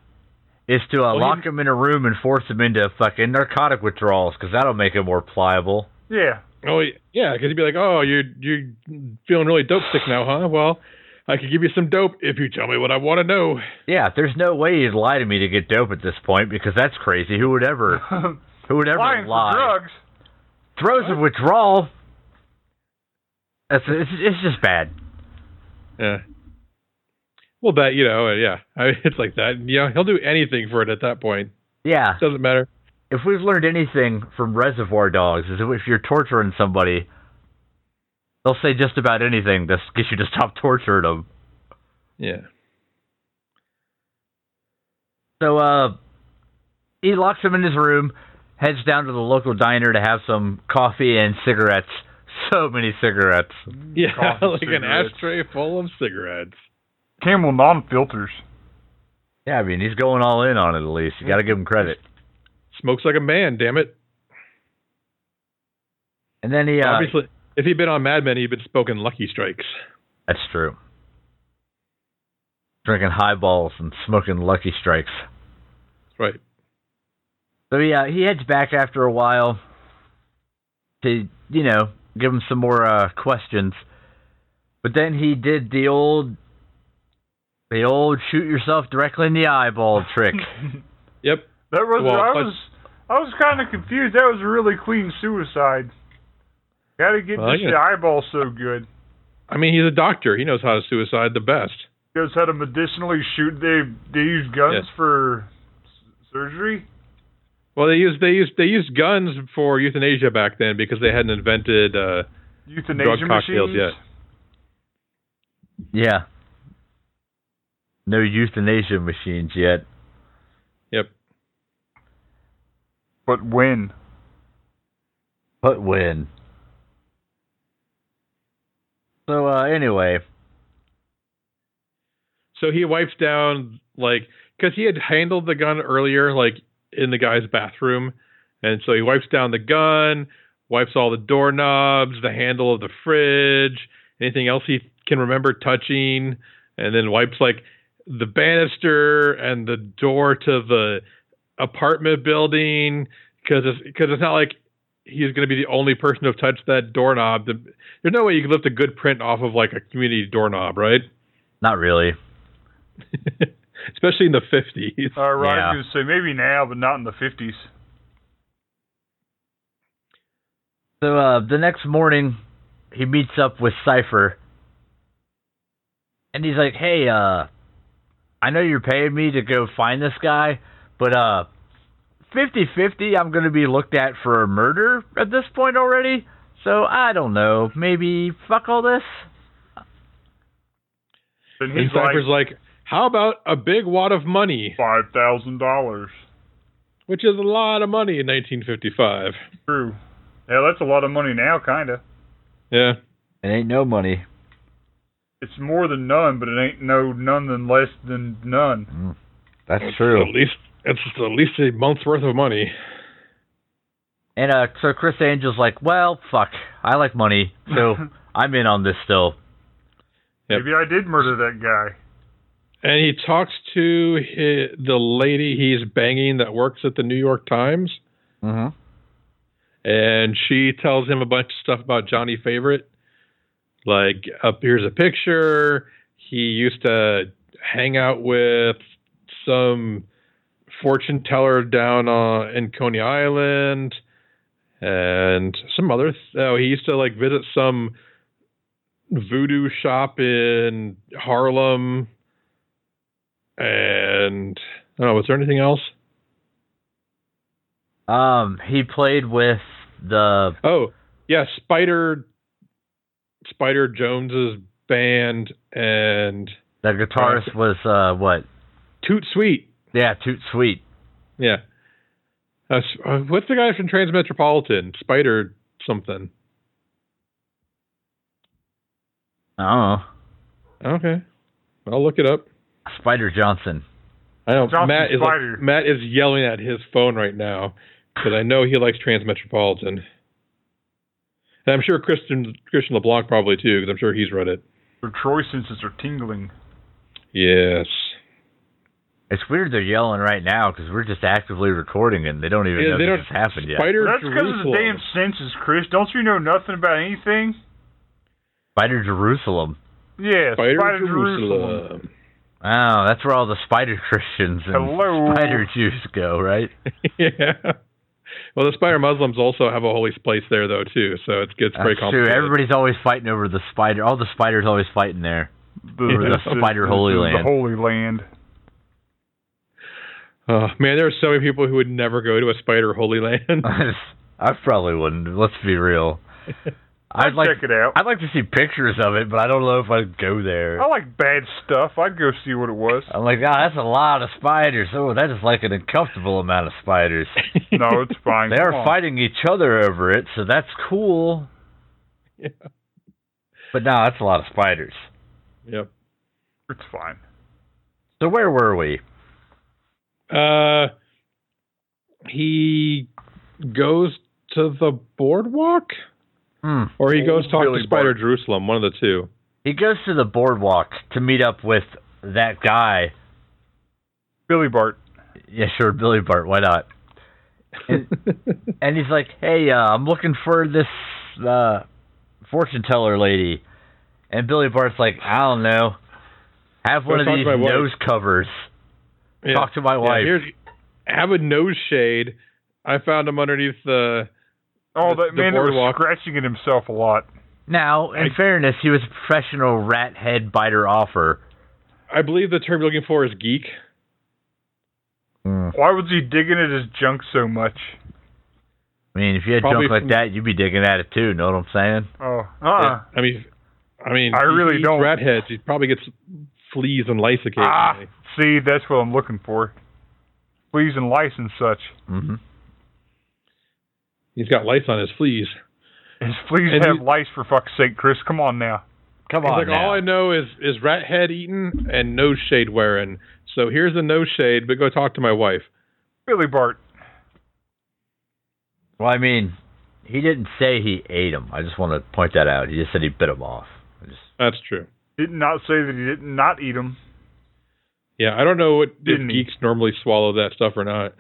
Speaker 1: is to uh,
Speaker 3: Well,
Speaker 1: lock him in a room and force him into fucking narcotic withdrawals because that'll make him more pliable.
Speaker 2: Yeah.
Speaker 3: Oh yeah, because he'd be like, "Oh, you're you're feeling really dope sick now, huh? Well, I could give you some dope if you tell me what I want to know."
Speaker 1: Yeah, there's no way you'd lie to me to get dope at this point because that's crazy. Who would ever, who would ever
Speaker 2: Lying for
Speaker 1: lie?
Speaker 2: drugs.
Speaker 1: Throws of withdrawal. That's it's, it's just bad.
Speaker 3: Yeah. Well, that you know, uh, yeah, I, it's like that. Yeah, he'll do anything for it at that point.
Speaker 1: Yeah,
Speaker 3: Doesn't matter.
Speaker 1: if we've learned anything from Reservoir Dogs, is if you're torturing somebody, they'll say just about anything to get you to stop torturing them.
Speaker 3: Yeah.
Speaker 1: So, uh, he locks him in his room, heads down to the local diner to have some coffee and cigarettes. So many cigarettes.
Speaker 3: Yeah,
Speaker 2: Mm, Coffee,
Speaker 3: like an
Speaker 2: cigarettes.
Speaker 3: ashtray full of cigarettes.
Speaker 2: Camel non-filters.
Speaker 1: Yeah, I mean, he's going all in on it at least. You got to give him credit.
Speaker 3: Smokes like a man, damn it.
Speaker 1: And then he, uh,
Speaker 3: Obviously, if he'd been on Mad Men, he'd been smoking Lucky Strikes.
Speaker 1: that's true. Drinking highballs and smoking Lucky Strikes.
Speaker 3: Right.
Speaker 1: So yeah, he heads back after a while to you know give him some more uh, questions, but then he did the old the old shoot yourself directly in the eyeball trick.
Speaker 3: Yep.
Speaker 2: That was
Speaker 3: Well,
Speaker 2: I
Speaker 3: but-
Speaker 2: was I was kind of confused. That was really clean suicide. Got to get
Speaker 3: Well,
Speaker 2: just
Speaker 3: yeah.
Speaker 2: the eyeball so good.
Speaker 3: I mean, he's a doctor. He knows how to suicide the best.
Speaker 2: Knows how to medicinally shoot. They they use guns
Speaker 3: Yeah.
Speaker 2: for s- surgery.
Speaker 3: Well, they used they used they used guns for euthanasia back then because they hadn't invented. Uh,
Speaker 2: Euthanasia
Speaker 3: Drug cocktails,
Speaker 2: machines.
Speaker 3: yeah.
Speaker 1: yeah, no euthanasia machines yet.
Speaker 3: yep.
Speaker 2: But when?
Speaker 1: But when? So uh, anyway,
Speaker 3: So he wipes down like because he had handled the gun earlier, like in the guy's bathroom, and so he wipes down the gun, wipes all the doorknobs, the handle of the fridge, anything else he can remember touching, and then wipes like the banister and the door to the apartment building because it's because it's not like he's going to be the only person to have touched that doorknob. The, there's no way you could lift a good print off of like a community doorknob, right?
Speaker 1: Not really.
Speaker 3: Especially in the fifties.
Speaker 2: All right,
Speaker 1: Yeah.
Speaker 2: I was going to Uh, say maybe now, but not in the 50s.
Speaker 1: So uh, the next morning, he meets up with Cipher, and he's like, "Hey, uh, I know you're paying me to go find this guy, but uh, 50-50, I'm gonna be looked at for a murder at this point already. So I don't know. Maybe fuck all this.
Speaker 2: And
Speaker 3: And
Speaker 2: he's like,
Speaker 3: Cypher's like, how about a big wad of money,
Speaker 2: $5,000.
Speaker 3: which is a lot of money in 1955.
Speaker 2: True. Yeah, that's a lot of money now, kind of.
Speaker 3: Yeah.
Speaker 1: It ain't no money.
Speaker 2: It's more than none, but it ain't no none than less than none.
Speaker 1: Mm, That's
Speaker 3: At least it's at least a month's worth of money.
Speaker 1: And uh, so Chris Angel's like, "Well, fuck. I like money, so I'm in on this still."
Speaker 3: Yep.
Speaker 2: Maybe I did murder that guy.
Speaker 3: And he talks to hi the lady he's banging that works at the New York Times,
Speaker 1: Mm-hmm.
Speaker 3: and she tells him a bunch of stuff about Johnny Favorite. Like, up here's a picture. He used to hang out with some fortune teller down on, in Coney Island, and some other. Th- oh, he used to like visit some voodoo shop in Harlem. And I don't know, was there anything else?
Speaker 1: Um, he played with the
Speaker 3: Oh, yeah, Spider Spider Jones's band and
Speaker 1: the guitarist was uh what?
Speaker 3: Toot Sweet.
Speaker 1: Yeah, Toot Sweet.
Speaker 3: Yeah. Uh, s- uh, what's the guy from Transmetropolitan? Spider something.
Speaker 1: Oh,
Speaker 3: Okay. I'll look it up.
Speaker 1: Spider Johnson.
Speaker 3: I know
Speaker 2: Johnson
Speaker 3: Matt is like-
Speaker 2: Spider.
Speaker 3: Matt is yelling at his phone right now because I know he likes Transmetropolitan. And I'm sure Christian Christian LeBlanc probably too because I'm sure he's read it.
Speaker 2: Her Troy senses are tingling.
Speaker 3: Yes.
Speaker 1: It's weird they're yelling right now because we're just actively recording and they don't even
Speaker 3: Yeah,
Speaker 1: know
Speaker 3: they
Speaker 1: this
Speaker 3: don't-
Speaker 1: has happened yet.
Speaker 3: Spider
Speaker 2: That's because of the
Speaker 3: Jerusalem.
Speaker 2: damn senses, Chris. Don't you know nothing about anything?
Speaker 1: Spider Jerusalem.
Speaker 2: Yeah,
Speaker 3: Spider,
Speaker 2: Jerusalem.
Speaker 3: Jerusalem.
Speaker 1: Wow, that's where all the Spider Christians and
Speaker 2: Hello.
Speaker 1: Spider Jews go, right?
Speaker 3: yeah. Well, the Spider Muslims also have a holy place there, though, too. So it's it's very
Speaker 1: That's true.
Speaker 3: complicated.
Speaker 1: Everybody's always fighting over the spider. All the spiders always fighting there.
Speaker 2: The,
Speaker 3: Yeah.
Speaker 1: The Spider Holy
Speaker 2: the
Speaker 1: Land.
Speaker 2: Holy Land.
Speaker 3: Oh, man, there are so many people who would never go to a spider holy land.
Speaker 1: I probably wouldn't. Let's be real. I'd like
Speaker 2: check it out.
Speaker 1: I'd like to see pictures of it, but I don't know if I'd go there.
Speaker 2: I like bad stuff. I'd go see what it was.
Speaker 1: I'm like, ah, that's a lot of spiders. Oh, that is like an uncomfortable amount of spiders.
Speaker 2: No, it's fine.
Speaker 1: They are
Speaker 2: Come on.
Speaker 1: fighting each other over it, so that's cool.
Speaker 3: Yeah.
Speaker 1: But no, that's a lot of spiders.
Speaker 3: Yep.
Speaker 2: It's fine.
Speaker 1: So where were we?
Speaker 3: Uh, he goes to the boardwalk,
Speaker 1: Hmm.
Speaker 3: or he goes
Speaker 2: Old
Speaker 3: talk
Speaker 2: Billy
Speaker 3: to Spider Jerusalem. One of the two.
Speaker 1: He goes to the boardwalk to meet up with that guy.
Speaker 2: Billy Bart.
Speaker 1: Yeah, sure, Billy Bart. Why not? And, and he's like, "Hey, uh, I'm looking for this uh, fortune teller lady." And Billy Bart's like, "I don't know. Have one of
Speaker 3: talk to
Speaker 1: these
Speaker 3: my wife."
Speaker 1: nose covers.
Speaker 3: Yeah.
Speaker 1: Talk to my
Speaker 3: Yeah,
Speaker 1: wife."
Speaker 3: here's- have a nose shade. I found him underneath the.
Speaker 2: Oh,
Speaker 3: The-
Speaker 2: that
Speaker 3: the
Speaker 2: man that was
Speaker 3: boardwalk.
Speaker 2: scratching at himself a lot.
Speaker 1: Now, in
Speaker 3: I-
Speaker 1: fairness, he was a professional rat head biter offer.
Speaker 3: I believe the term you're looking for is geek. Mm.
Speaker 2: Why was he digging at his junk so much?
Speaker 1: I mean, if you had
Speaker 3: Probably
Speaker 1: junk like
Speaker 3: from-
Speaker 1: that, you'd be digging at it too. Know what I'm saying?
Speaker 2: Oh, uh,
Speaker 3: I mean, I mean,
Speaker 2: I really
Speaker 3: he
Speaker 2: don't.
Speaker 3: Rat heads. He probably gets fleas and lice occasionally.
Speaker 2: ah, see, that's what I'm looking for. Fleas and lice and such.
Speaker 1: Mm-hmm.
Speaker 3: He's got lice on his fleas.
Speaker 2: His fleas
Speaker 3: And
Speaker 2: have
Speaker 3: he-
Speaker 2: lice for fuck's sake, Chris. Come on now.
Speaker 1: Come
Speaker 3: He's
Speaker 1: on
Speaker 3: like,
Speaker 1: now.
Speaker 3: all I know is is rat head eating and nose shade wearing. So here's a nose shade, but go talk to my wife.
Speaker 2: Billy Bart.
Speaker 1: well, I mean, he didn't say he ate them. I just want to point that out. He just said he bit them off. I just,
Speaker 3: That's true.
Speaker 2: Did not say that he did not eat them.
Speaker 3: Yeah, I don't know what if
Speaker 2: Didn't he?
Speaker 3: geeks normally swallow that stuff or not.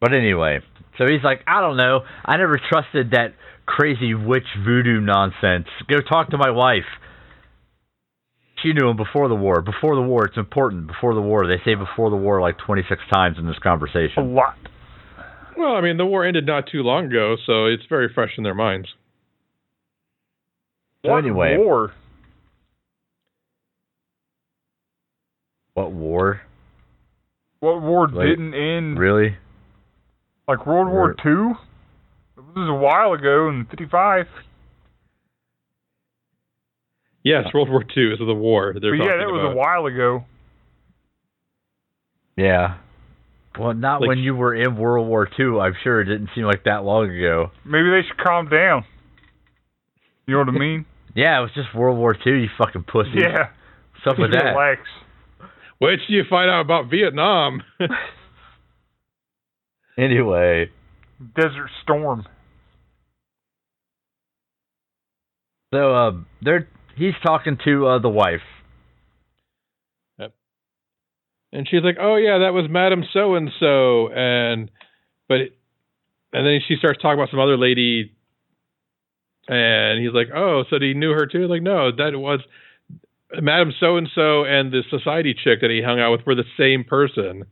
Speaker 1: But anyway, so he's like, I don't know. I never trusted that crazy witch voodoo nonsense. Go talk to my wife. She knew him before the war. Before the war, it's important. Before the war, they say before the war like 26 times in this
Speaker 2: A
Speaker 1: conversation.
Speaker 2: lot.
Speaker 3: Well, I mean, the war ended not too long ago, so it's very fresh in their minds.
Speaker 1: So
Speaker 2: What
Speaker 1: anyway,
Speaker 2: war?
Speaker 1: what war?
Speaker 2: What war
Speaker 1: Like,
Speaker 2: didn't end?
Speaker 1: Really?
Speaker 2: Like World War
Speaker 1: War-
Speaker 2: Two? This is a while ago in '55.
Speaker 3: Yes, World War II is the war.
Speaker 2: But
Speaker 3: They're
Speaker 2: yeah,
Speaker 3: talking
Speaker 2: that was
Speaker 3: about.
Speaker 2: a while ago.
Speaker 1: Yeah. Well, not
Speaker 3: Like-
Speaker 1: when you were in World War II. I'm sure it didn't seem like that long ago.
Speaker 2: Maybe they should calm down. You know what I mean?
Speaker 1: Yeah, it was just World War II. You fucking pussy.
Speaker 2: yeah.
Speaker 1: What's up with
Speaker 2: Just
Speaker 1: that?
Speaker 2: Relax.
Speaker 3: Wait till you find out about Vietnam.
Speaker 1: Anyway,
Speaker 2: Desert Storm.
Speaker 1: so uh, they're he's talking to uh, the wife.
Speaker 3: and she's like, "Oh yeah, that was Madam So and So," and but, and then she starts talking about some other lady, and he's like, "Oh, so he knew her too?" Like, no, that was Madam So and So and the society chick that he hung out with were the same person.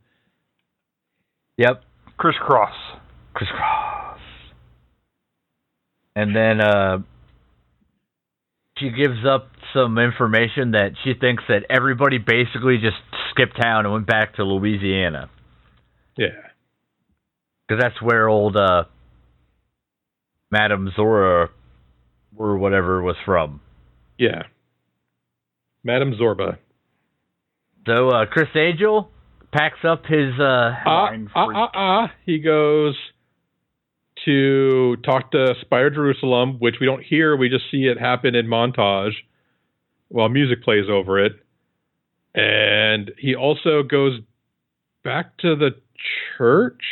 Speaker 1: Yep.
Speaker 2: Crisscross.
Speaker 1: Crisscross. And then uh, she gives up some information that she thinks that everybody basically just skipped town and went back to Louisiana
Speaker 3: Yeah,
Speaker 1: because that's where old uh, Madame Zora or whatever was from.
Speaker 3: yeah. Madam Zorba.
Speaker 1: So uh, Chris Angel packs up his uh,
Speaker 3: Ah,
Speaker 2: Mind
Speaker 3: ah,
Speaker 2: freak.
Speaker 3: ah, ah. He goes to talk to Spire Jerusalem, which we don't hear. We just see it happen in montage while music plays over it. And he also goes back to the church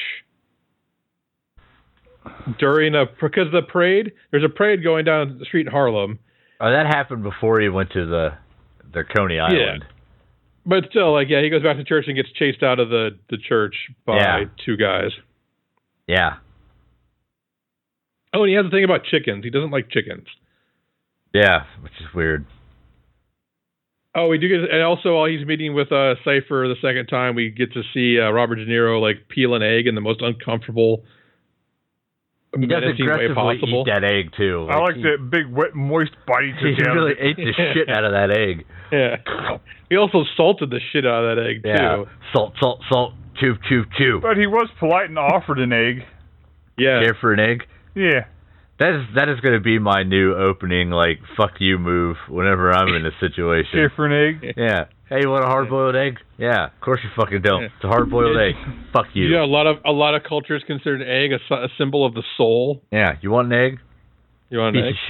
Speaker 3: during a because the parade there's a parade going down the street in Harlem
Speaker 1: Oh, that happened before he went to the the Coney Island.
Speaker 3: but still like yeah he goes back to church and gets chased out of the the church by
Speaker 1: Yeah.
Speaker 3: two guys
Speaker 1: Yeah.
Speaker 3: oh and he has a thing about chickens he doesn't like chickens
Speaker 1: yeah, which is weird.
Speaker 3: Oh, we do get, and also while he's meeting with uh, Cipher the second time, we get to see uh, Robert De Niro like peel an egg in the most uncomfortable,
Speaker 1: He does
Speaker 3: menacing way
Speaker 1: aggressively
Speaker 3: possible.
Speaker 1: eat that egg too.
Speaker 2: I like
Speaker 1: he,
Speaker 2: that big wet moist bite he took
Speaker 1: He
Speaker 2: out of
Speaker 1: really
Speaker 2: it.
Speaker 1: ate the shit out of that egg.
Speaker 3: Yeah, he also salted the shit out of that egg
Speaker 1: Yeah,
Speaker 3: too.
Speaker 1: salt, salt, salt, chew, chew, chew.
Speaker 2: But he was polite and offered an egg.
Speaker 3: Yeah,
Speaker 1: Care for an egg?
Speaker 2: Yeah.
Speaker 1: That is that is going to be my new opening. Like fuck you move whenever I'm in a situation.
Speaker 2: Care for an egg.
Speaker 1: yeah. Hey, you want a hard boiled egg? Yeah. Of course you fucking don't. It's a hard boiled egg. Fuck you.
Speaker 3: you know, a lot of a lot of cultures consider an egg a, si- a symbol of the soul.
Speaker 1: Yeah. You want an egg?
Speaker 3: You want
Speaker 1: Piece
Speaker 3: an egg?
Speaker 1: of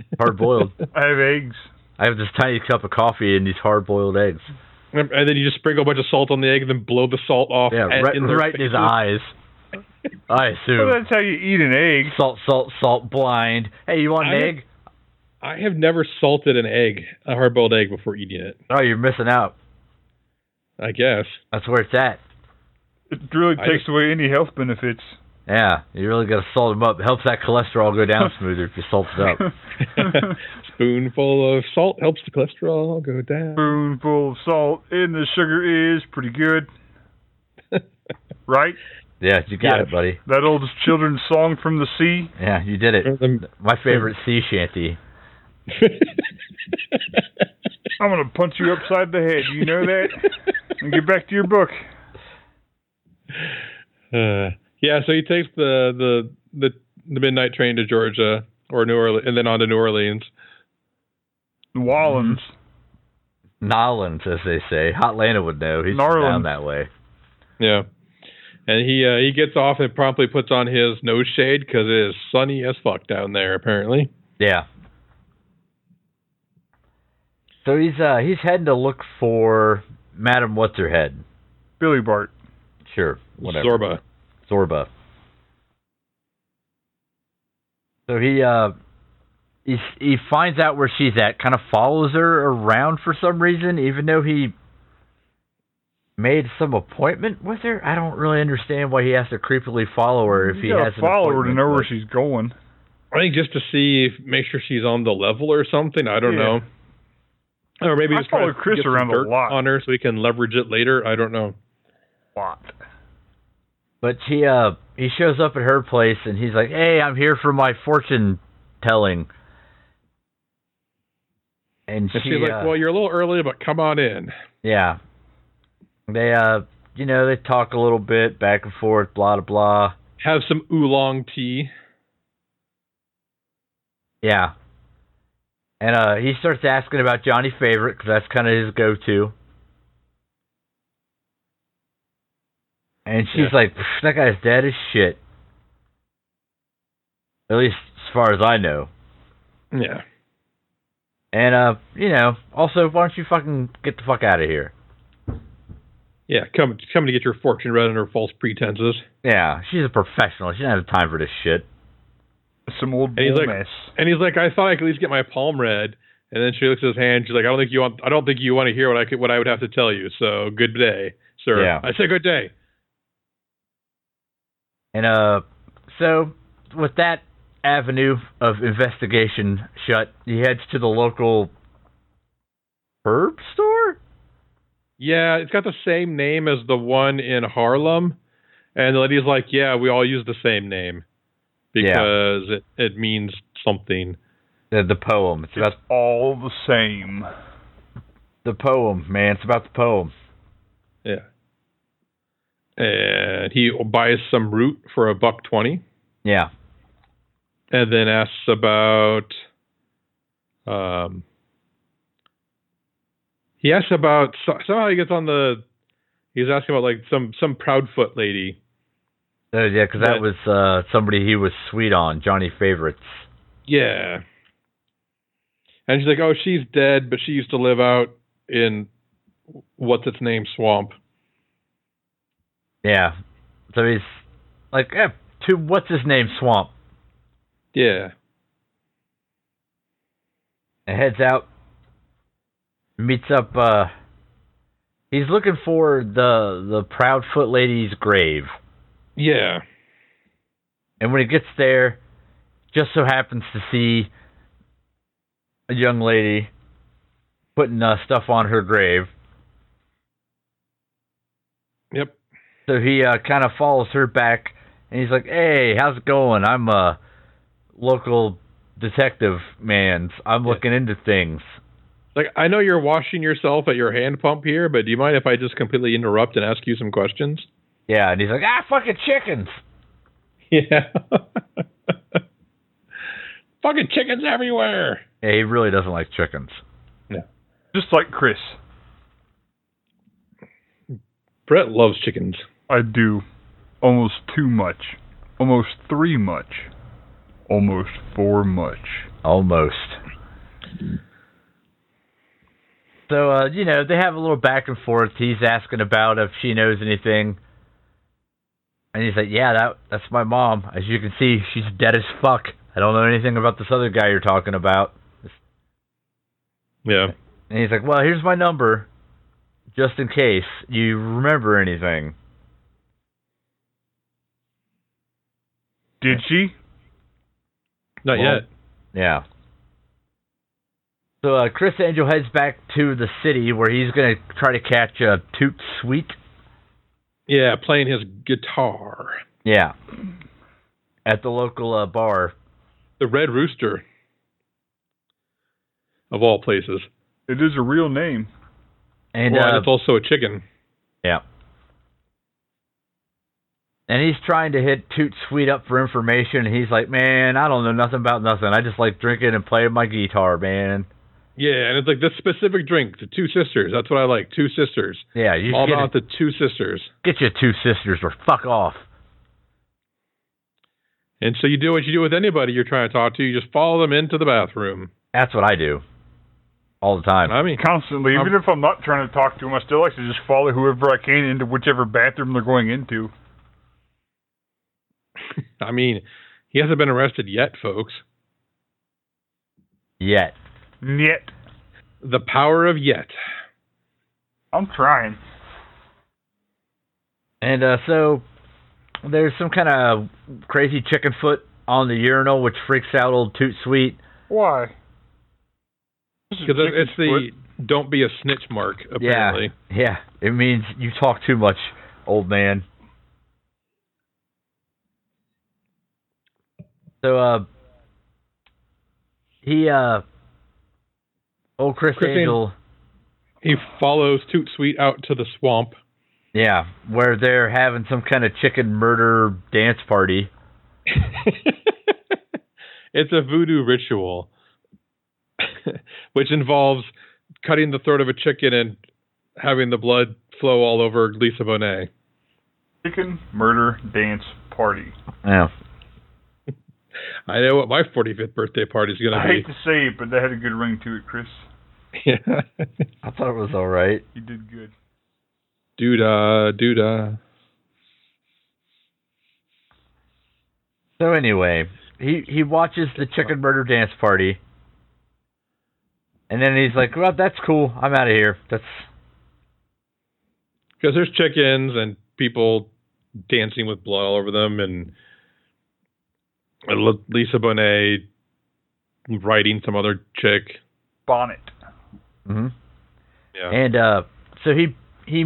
Speaker 1: shit. Hard boiled.
Speaker 2: I have eggs.
Speaker 1: I have this tiny cup of coffee and these hard boiled eggs.
Speaker 3: and then you just sprinkle a bunch of salt on the egg, and then blow the salt off.
Speaker 1: Yeah,
Speaker 3: at-
Speaker 1: right
Speaker 3: in
Speaker 1: in,
Speaker 3: their
Speaker 1: right in his
Speaker 3: faces.
Speaker 1: eyes. I
Speaker 2: Well,
Speaker 1: assume.
Speaker 2: that's how you eat an egg.
Speaker 1: Salt, salt, salt, blind. Hey, you want an
Speaker 3: I-
Speaker 1: egg?
Speaker 3: I have never salted an egg, a hard-boiled egg, before eating it.
Speaker 1: Oh, you're missing out.
Speaker 3: I guess.
Speaker 1: That's where it's at.
Speaker 2: It really
Speaker 3: I
Speaker 2: takes away any health benefits.
Speaker 1: Yeah, you really got to salt them up. Helps that cholesterol go down smoother if you salt it up.
Speaker 3: Spoonful of salt helps the cholesterol go down.
Speaker 2: Spoonful of salt in the sugar is pretty good. Right?
Speaker 1: Yeah, you got
Speaker 3: Yeah.
Speaker 1: it, buddy.
Speaker 2: That old children's song from the sea.
Speaker 1: Yeah, you did it. My favorite sea shanty.
Speaker 2: I'm going to punch you upside the head. You know that? And get back to your book.
Speaker 3: Uh, yeah, so he takes the, the the the midnight train to Georgia or New Orleans, and then on to New Orleans.
Speaker 2: Wallens.
Speaker 1: Mm-hmm. Nolans, as they say. Hotlanta would know. He's
Speaker 2: Narlands.
Speaker 1: down that way.
Speaker 3: Yeah, and he uh, he gets off and promptly puts on his nose shade because it is sunny as fuck down there apparently.
Speaker 1: Yeah. So he's uh he's heading to look for Madam What's her head.
Speaker 2: Billy Bart.
Speaker 1: Sure, whatever.
Speaker 3: Zorba.
Speaker 1: Zorba. So he uh he he finds out where she's at, kind of follows her around for some reason, even though he made some appointment with her? I don't really understand why he has to creepily follow her if
Speaker 2: you
Speaker 1: he
Speaker 2: gotta
Speaker 1: has an
Speaker 2: follow her to
Speaker 1: appointment
Speaker 2: know where
Speaker 1: with-
Speaker 2: she's going.
Speaker 3: I think just to see, if, make sure she's on the level or something. I don't
Speaker 2: Yeah.
Speaker 3: know. Or maybe
Speaker 2: I
Speaker 3: just trying
Speaker 2: follow
Speaker 3: to
Speaker 2: Chris
Speaker 3: get some
Speaker 2: around a
Speaker 3: dirt
Speaker 2: lot.
Speaker 3: on her so we can leverage it later. I don't know.
Speaker 2: Lot.
Speaker 1: But she uh he shows up at her place and he's like, "Hey, I'm here for my fortune telling." And she
Speaker 3: And she's
Speaker 1: uh,
Speaker 3: like, "Well, you're a little early, but come on in."
Speaker 1: yeah. They uh you know, they talk a little bit back and forth, blah blah blah.
Speaker 3: Have some oolong tea.
Speaker 1: Yeah. And uh he starts asking about Johnny Favorite cuz that's kind of his go-to. And she's
Speaker 3: Yeah.
Speaker 1: like, "Pff, "That guy's dead as shit." At least as far as I know.
Speaker 3: Yeah.
Speaker 1: And uh, you know, also why don't you fucking get the fuck out of here?
Speaker 3: Yeah, come come to get your fortune read under false pretenses.
Speaker 1: Yeah, she's a professional. She doesn't have time for this shit.
Speaker 2: Some old
Speaker 3: And he's
Speaker 2: bull
Speaker 3: like-
Speaker 2: mess.
Speaker 3: And he's like, I thought I could at least get my palm read. And then she looks at his hand. She's like, I don't think you want. I don't think you want to hear what I could, what I would have to tell you. So good day, sir.
Speaker 1: Yeah.
Speaker 3: I said good day.
Speaker 1: And uh, so with that avenue of investigation shut, he heads to the local herb store.
Speaker 3: Yeah, it's got the same name as the one in Harlem. And the lady's like, Yeah, we all use the same name
Speaker 1: Yeah.
Speaker 3: because it, it means something.
Speaker 1: The, the poem. It's about
Speaker 2: All the same.
Speaker 1: the poem, man. It's about the poem.
Speaker 3: Yeah. And he buys some root for a buck twenty.
Speaker 1: Yeah.
Speaker 3: and then asks about um he asks about so- somehow he gets on the he's asking about like some some proudfoot lady
Speaker 1: Uh, yeah, because that
Speaker 3: That-
Speaker 1: was uh, somebody he was sweet on, Johnny Favorites.
Speaker 3: yeah and she's like oh she's dead but she used to live out in what's its name swamp
Speaker 1: Yeah. So he's like, eh, to what's his name, Swamp.
Speaker 3: yeah
Speaker 1: and heads out, meets up. Uh, he's looking for the the Proudfoot lady's grave,
Speaker 3: yeah
Speaker 1: and when he gets there, just so happens to see a young lady putting uh, stuff on her grave.
Speaker 3: yep
Speaker 1: So he uh, kind of follows her back, and he's like, "Hey, how's it going? I'm a local detective, man. I'm
Speaker 3: Yeah.
Speaker 1: looking into things."
Speaker 3: like i know you're washing yourself at your hand pump here but do you mind if i just completely interrupt and ask you some questions
Speaker 1: Yeah, and he's like, "Ah, fucking chickens."
Speaker 3: Yeah. Fucking chickens everywhere.
Speaker 1: Yeah, he really doesn't like chickens.
Speaker 2: Just like Chris.
Speaker 3: Brett loves chickens.
Speaker 2: I do. Almost too much. Almost three much. Almost four much.
Speaker 1: Almost. So, uh, you know, they have a little back and forth. He's asking about if she knows anything. And he's like, Yeah, that that's my mom. As you can see, she's dead as fuck. I don't know anything about this other guy you're talking about.
Speaker 3: Yeah.
Speaker 1: And he's like, Well, here's my number. Just in case you remember anything.
Speaker 2: Did she?
Speaker 3: Not
Speaker 2: Well-
Speaker 3: yet.
Speaker 1: Yeah. So uh, Chris Angel heads back to the city where he's going to try to catch uh, Toot Sweet.
Speaker 3: Yeah, playing his guitar.
Speaker 1: Yeah. At the local uh, bar.
Speaker 3: The Red Rooster. Of all places.
Speaker 2: It is a real name.
Speaker 1: And
Speaker 3: well, and
Speaker 1: uh,
Speaker 3: it's also a chicken.
Speaker 1: yeah. And he's trying to hit Toot Sweet up for information. And he's like, man, I don't know nothing about nothing. I just like drinking and playing my guitar, man.
Speaker 3: Yeah, and it's like this specific drink, the two sisters. That's what I like. Two sisters.
Speaker 1: Yeah, you
Speaker 3: all
Speaker 1: should get,
Speaker 3: about the two sisters.
Speaker 1: get your two sisters or fuck off.
Speaker 3: And so you do what you do with anybody you're trying to talk to, you just follow them into the bathroom.
Speaker 1: That's what I do all the time.
Speaker 3: I mean
Speaker 2: Constantly, even
Speaker 3: Um,
Speaker 2: if I'm not trying to talk to them, I still like to just follow whoever I can into whichever bathroom they're going into.
Speaker 3: I mean, he hasn't been arrested yet, folks.
Speaker 1: Yet.
Speaker 2: Yet,
Speaker 3: The power of yet.
Speaker 2: I'm trying.
Speaker 1: And uh, so there's some kind of crazy chicken foot on the urinal, which freaks out old Toot Sweet.
Speaker 2: Why?
Speaker 3: Because it's the don't be a snitch mark, apparently.
Speaker 1: Yeah, it means you talk too much, old man. So, uh, he, uh, old Chris,
Speaker 3: Chris Angel-
Speaker 1: Angel,
Speaker 3: He follows Toot Sweet out to the swamp.
Speaker 1: yeah, where they're having some kind of chicken murder dance party.
Speaker 3: it's a voodoo ritual, which involves cutting the throat of a chicken and having the blood flow all over Lisa Bonet.
Speaker 2: Chicken murder dance party.
Speaker 1: Yeah.
Speaker 3: I know what my 45th birthday party is going
Speaker 2: I
Speaker 3: to be.
Speaker 2: hate to say it, but that had a good ring to it, Chris.
Speaker 3: Yeah.
Speaker 1: I thought it was all right.
Speaker 2: You did good.
Speaker 3: Doodah, doodah.
Speaker 1: So anyway, he he watches the chicken murder dance party, and then he's like, "Well, that's cool. I'm out of here. That's
Speaker 3: Because there's chickens and people dancing with blood all over them, and L- Lisa Bonet riding some other chick.
Speaker 2: Bonnet.
Speaker 1: Mhm.
Speaker 3: Yeah.
Speaker 1: And uh, so he he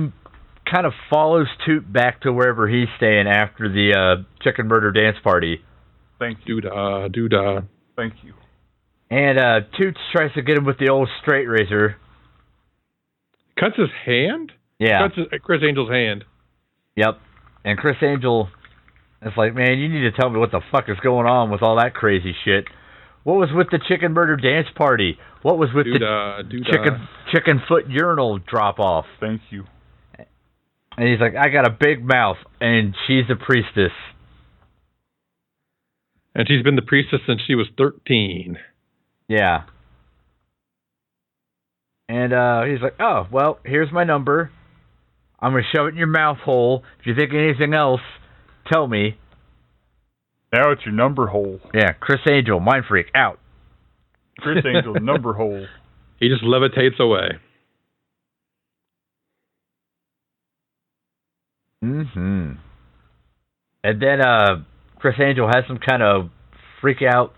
Speaker 1: kind of follows Toot back to wherever he's staying after the uh, chicken murder dance party.
Speaker 2: Thank you.
Speaker 3: Doodah, doodah.
Speaker 2: Thank you.
Speaker 1: And uh, Toot tries to get him with the old straight razor.
Speaker 3: Cuts his hand?
Speaker 1: Yeah.
Speaker 3: Cuts his, uh, Chris Angel's hand.
Speaker 1: Yep. And Chris Angel is like, man, you need to tell me what the fuck is going on with all that crazy shit. What was with the chicken murder dance party? What was with the
Speaker 3: Doodah, doodah.
Speaker 1: chicken chicken foot urinal drop off?
Speaker 2: Thank you.
Speaker 1: And he's like, I got a big mouth, and she's a priestess.
Speaker 3: And she's been the priestess since she was 13.
Speaker 1: Yeah. And uh, he's like, oh, well, here's my number. I'm going to shove it in your mouth hole. If you think anything else, tell me.
Speaker 2: Now it's your number hole.
Speaker 1: Yeah, Chris Angel, mind freak, out.
Speaker 2: Chris Angel, number hole.
Speaker 3: He just levitates away.
Speaker 1: hmm And then uh, Chris Angel has some kind of freak out,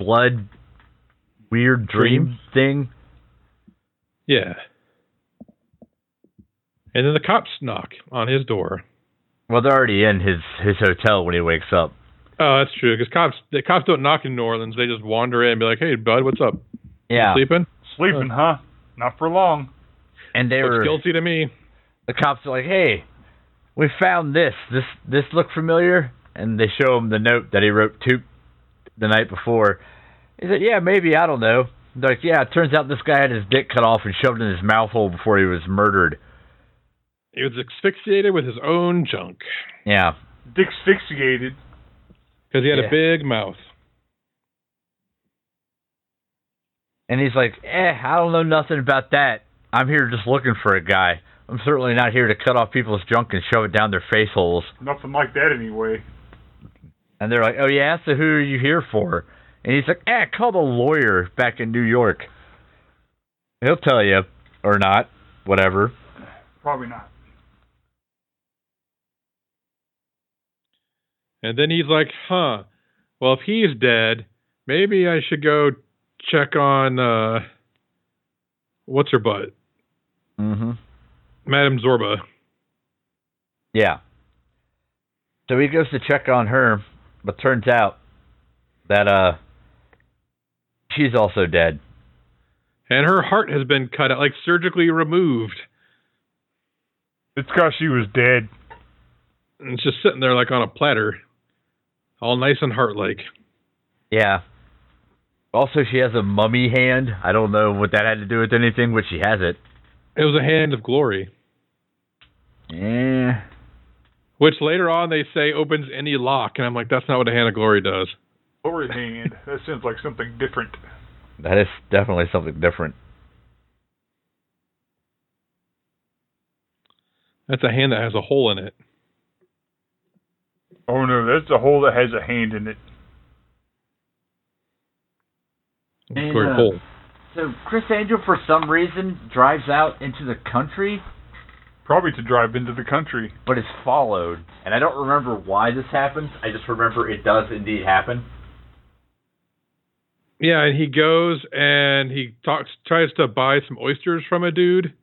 Speaker 1: blood, weird dream thing.
Speaker 3: Yeah. And then the cops knock on his door.
Speaker 1: Well, they're already in his, his hotel when he wakes up.
Speaker 3: Oh, that's true. Because cops, the cops don't knock in New Orleans. They just wander in and be like, "Hey, bud, what's up?
Speaker 1: Yeah,
Speaker 3: Sleeping?
Speaker 2: Sleeping, huh? Not for long.
Speaker 1: and they
Speaker 3: Looks
Speaker 1: were
Speaker 3: guilty to me."
Speaker 1: the cops are like, "Hey, we found this. This this look familiar?" And they show him the note that he wrote to the night before. He said, "Yeah, maybe I don't know." They're like, "Yeah, it turns out this guy had his dick cut off and shoved in his mouth hole before he was murdered."
Speaker 3: He was asphyxiated with his own junk
Speaker 1: Yeah,
Speaker 2: Dick asphyxiated.
Speaker 3: because he had
Speaker 1: Yeah.
Speaker 3: a big mouth.
Speaker 1: and he's like, "Eh, I don't know nothing about that. I'm here just looking for a guy. I'm certainly not here to cut off people's junk and shove it down their face holes."
Speaker 2: Nothing like that anyway.
Speaker 1: And they're like, "Oh yeah, so who are you here for?" And he's like, "Eh, call the lawyer back in New York. He'll tell you or not, whatever."
Speaker 2: Probably not.
Speaker 3: And then he's like, "Huh? Well, if he's dead, maybe I should go check on uh, what's her butt,
Speaker 1: Mm-hmm.
Speaker 3: Madame Zorba."
Speaker 1: Yeah. So he goes to check on her, but turns out that uh she's also dead.
Speaker 3: And her heart has been cut out, like surgically removed.
Speaker 2: It's because she was dead.
Speaker 3: And it's just sitting there, like on a platter, all nice and heart like.
Speaker 1: Yeah. Also, she has a mummy hand. I don't know what that had to do with anything, but she has it.
Speaker 3: It was a hand of glory.
Speaker 1: Yeah.
Speaker 3: Which later on they say opens any lock, and I'm like, that's not what a hand of glory does.
Speaker 2: Glory hand. That sounds like something different.
Speaker 1: That is definitely something different.
Speaker 3: That's a hand that has a hole in it.
Speaker 2: Oh no, that's a hole that has a hand in it.
Speaker 3: It's
Speaker 1: And,
Speaker 3: very
Speaker 1: uh,
Speaker 3: hole.
Speaker 1: So Chris Angel, for some reason, drives out into the country
Speaker 2: Probably to drive into the country.
Speaker 4: but it's followed. And I don't remember why this happens. I just remember it does indeed happen.
Speaker 3: Yeah, and he goes and he talks, tries to buy some oysters from a dude,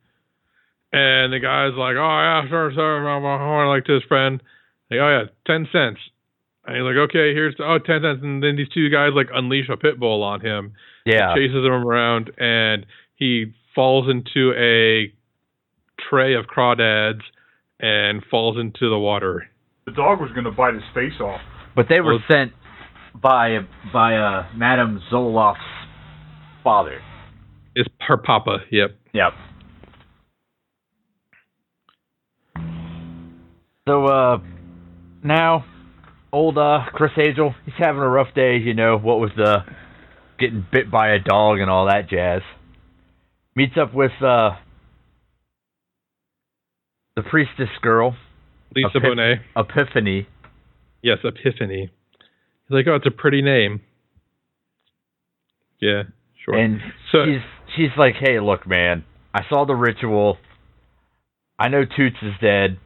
Speaker 3: and the guy's like, "Oh yeah, sure, sure, blah, blah, blah," like to his friend, like, "Oh yeah, ten cents," and he's like, "Okay, here's oh ten cents," and then these two guys like unleash a pit bull on him,
Speaker 1: Yeah.
Speaker 3: chases him around, and he falls into a tray of crawdads and falls into the water.
Speaker 2: The dog was going to bite his face off.
Speaker 1: But they were
Speaker 3: Well-
Speaker 1: sent.
Speaker 4: By by uh, Madame Zoloff's father.
Speaker 3: It's her papa. Yep.
Speaker 4: Yep.
Speaker 1: So uh, now, old uh Chris Angel, he's having a rough day. You know what was the getting bit by a dog and all that jazz. Meets up with uh the priestess girl
Speaker 3: Lisa
Speaker 1: pit-
Speaker 3: Bonet.
Speaker 1: Epiphany.
Speaker 3: Yes, Epiphany. He's like, oh, it's a pretty name. Yeah, sure.
Speaker 1: And
Speaker 3: so,
Speaker 1: she's she's like, "Hey, look, man. I saw the ritual. I know Toots is dead.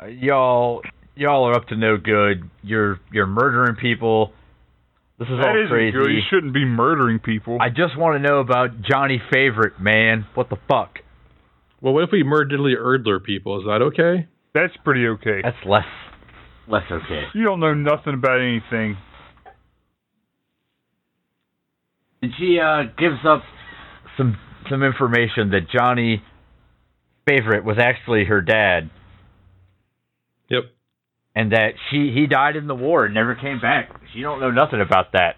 Speaker 1: Uh, Y'all, y'all are up to no good. You're you're murdering people. This is
Speaker 2: That
Speaker 1: all
Speaker 2: isn't
Speaker 1: crazy.
Speaker 2: good. You shouldn't be murdering people.
Speaker 1: I just want to know about Johnny Favorite, man. What the fuck?
Speaker 3: well, what if we murderly Erdler people? Is that okay?
Speaker 2: That's pretty okay.
Speaker 1: That's less.
Speaker 4: Less okay.
Speaker 2: You don't know nothing about anything.
Speaker 4: And she uh, gives up.
Speaker 1: Some some information that Johnny Favorite was actually her dad,
Speaker 3: Yep.
Speaker 1: and that she he died in the war and never came back. She don't know nothing about that.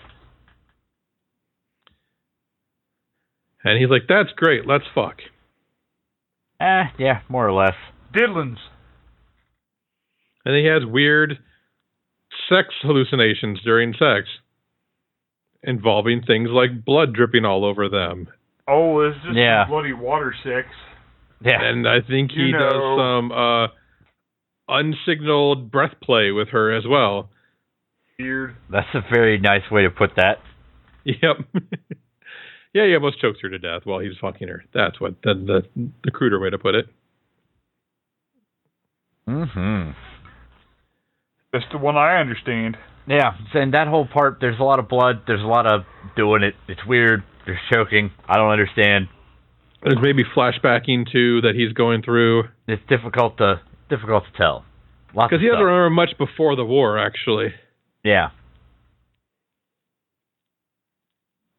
Speaker 3: And he's like, that's great. Let's fuck.
Speaker 1: Eh, yeah, more or less.
Speaker 2: Diddlins.
Speaker 3: And he has weird sex hallucinations during sex involving things like blood dripping all over them.
Speaker 2: Oh, it's just
Speaker 1: Yeah.
Speaker 2: bloody water sex.
Speaker 1: Yeah.
Speaker 3: And I think he
Speaker 2: You
Speaker 3: does
Speaker 2: know.
Speaker 3: some uh, unsignaled breath play with her as well.
Speaker 2: Weird.
Speaker 1: That's a very nice way to put that.
Speaker 3: Yep. yeah, he almost chokes her to death while he was fucking her. That's what the the, the cruder way to put it.
Speaker 1: Mm-hmm.
Speaker 2: That's the one I understand.
Speaker 1: Yeah, and that whole part, there's a lot of blood. There's a lot of doing it. It's weird. There's choking. I don't understand.
Speaker 3: There's maybe flashbacking too that he's going through
Speaker 1: It's difficult to difficult to tell. Lots
Speaker 3: because
Speaker 1: of
Speaker 3: he doesn't
Speaker 1: stuff.
Speaker 3: remember much before the war actually.
Speaker 1: yeah,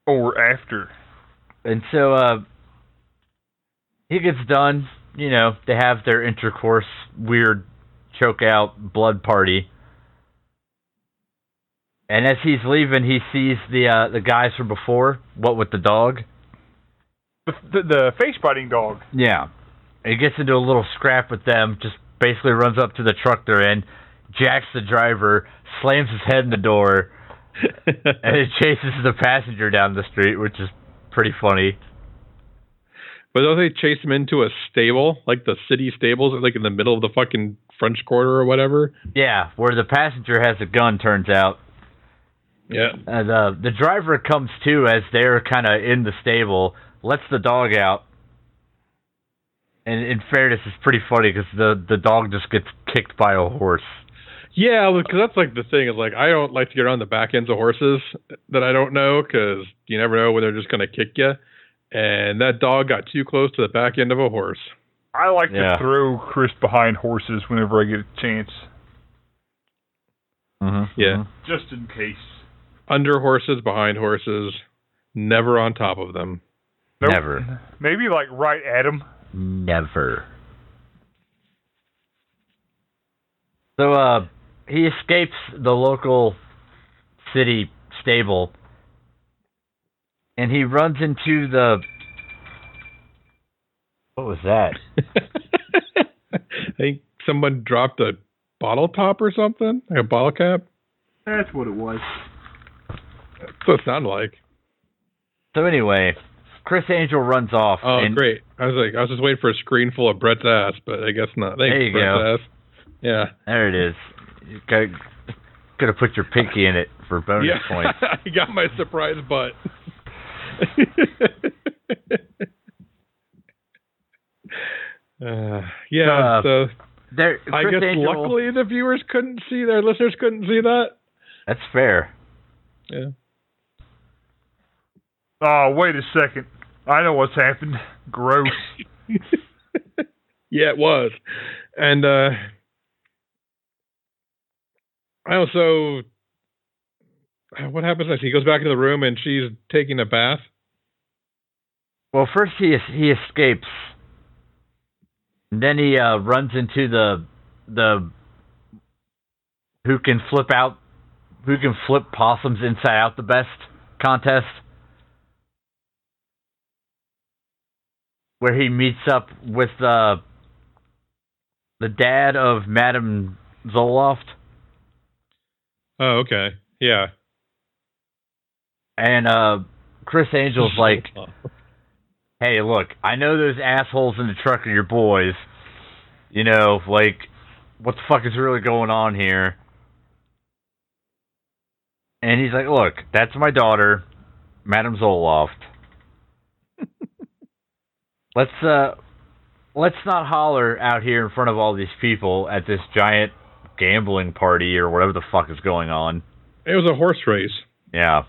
Speaker 2: Or after.
Speaker 1: and so uh, he gets done. You know, they have their intercourse, weird choke out blood party. And as he's leaving, he sees the uh, the guys from before. What with the dog?
Speaker 2: The, the, the face biting dog.
Speaker 1: Yeah. He gets into a little scrap with them, just basically runs up to the truck they're in, jacks the driver, slams his head in the door, and it chases the passenger down the street, which is pretty funny.
Speaker 3: but don't they chase him into a stable like the city stables, like in the middle of the fucking French Quarter or whatever?
Speaker 1: Yeah, where the passenger has a gun, turns out.
Speaker 3: Yeah.
Speaker 1: And, uh, the driver comes to as they're kind of in the stable, lets the dog out. And in fairness, it's pretty funny because the, the dog just gets kicked by a horse.
Speaker 3: Yeah, because that's like the thing is like I don't like to get on the back ends of horses that I don't know because you never know when they're just gonna kick you. And that dog got too close to the back end of a horse.
Speaker 2: I like
Speaker 1: Yeah.
Speaker 2: to throw Chris behind horses whenever I get a chance,
Speaker 1: Mm-hmm.
Speaker 3: Yeah,
Speaker 2: just in case.
Speaker 3: under horses, behind horses, never on top of them.
Speaker 2: Nope.
Speaker 1: Never.
Speaker 2: Maybe like right at him.
Speaker 1: Mm-hmm. Never. So uh he escapes the local city stable and he runs into the What was that?
Speaker 3: I think someone dropped a bottle top or something, like a bottle cap.
Speaker 2: That's what it was.
Speaker 3: That's what it sounded like.
Speaker 1: So anyway, Chris Angel runs off
Speaker 3: Oh,
Speaker 1: and
Speaker 3: great! I was like, I was just waiting for a screen full of Brett's ass, but I guess not. Thanks,
Speaker 1: There you
Speaker 3: Brett's
Speaker 1: go.
Speaker 3: ass. Yeah.
Speaker 1: there it is. You gotta, gotta put your pinky in it for bonus
Speaker 3: yeah.
Speaker 1: points.
Speaker 3: I got my surprise butt. uh, yeah.
Speaker 1: Uh,
Speaker 3: so
Speaker 1: There,
Speaker 3: I
Speaker 1: Chris
Speaker 3: guess
Speaker 1: Angel-
Speaker 3: luckily the viewers couldn't see, their listeners couldn't see that.
Speaker 1: That's fair.
Speaker 3: Yeah.
Speaker 2: Oh, wait a second. I know what's happened. Gross.
Speaker 3: yeah, it was. And uh I also uh, what happens next? He goes back into the room and she's taking a bath.
Speaker 1: Well, first he es- he escapes. And then he uh, runs into the the who can flip out who can flip possums inside out the best contest where he meets up with uh, the dad of Madame Zoloft
Speaker 3: Oh, okay. Yeah.
Speaker 1: and uh, Chris Angel's like hey, look, I know those assholes in the truck are your boys. You know, like, what the fuck is really going on here? And he's like, look, that's my daughter, Madame Zoloft. let's uh, let's not holler out here in front of all these people at this giant gambling party or whatever the fuck is going on.
Speaker 3: It was a horse race.
Speaker 1: Yeah.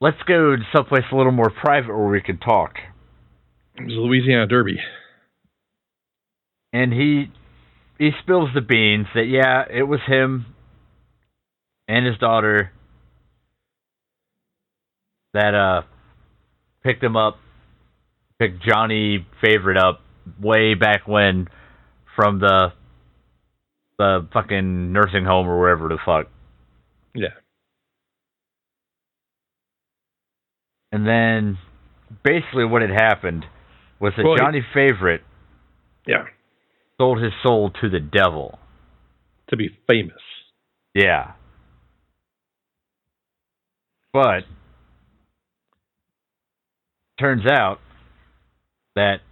Speaker 1: Let's go to someplace a little more private where we can talk.
Speaker 3: It was a Louisiana Derby.
Speaker 1: and he he spills the beans that yeah, it was him and his daughter that uh picked him up, picked Johnny favorite up way back when from the the fucking nursing home or wherever the fuck.
Speaker 3: Yeah.
Speaker 1: And then basically what had happened was that
Speaker 3: Well, he-
Speaker 1: Johnny favorite
Speaker 3: Yeah.
Speaker 1: sold his soul to the devil.
Speaker 3: To be famous.
Speaker 1: Yeah. But turns out that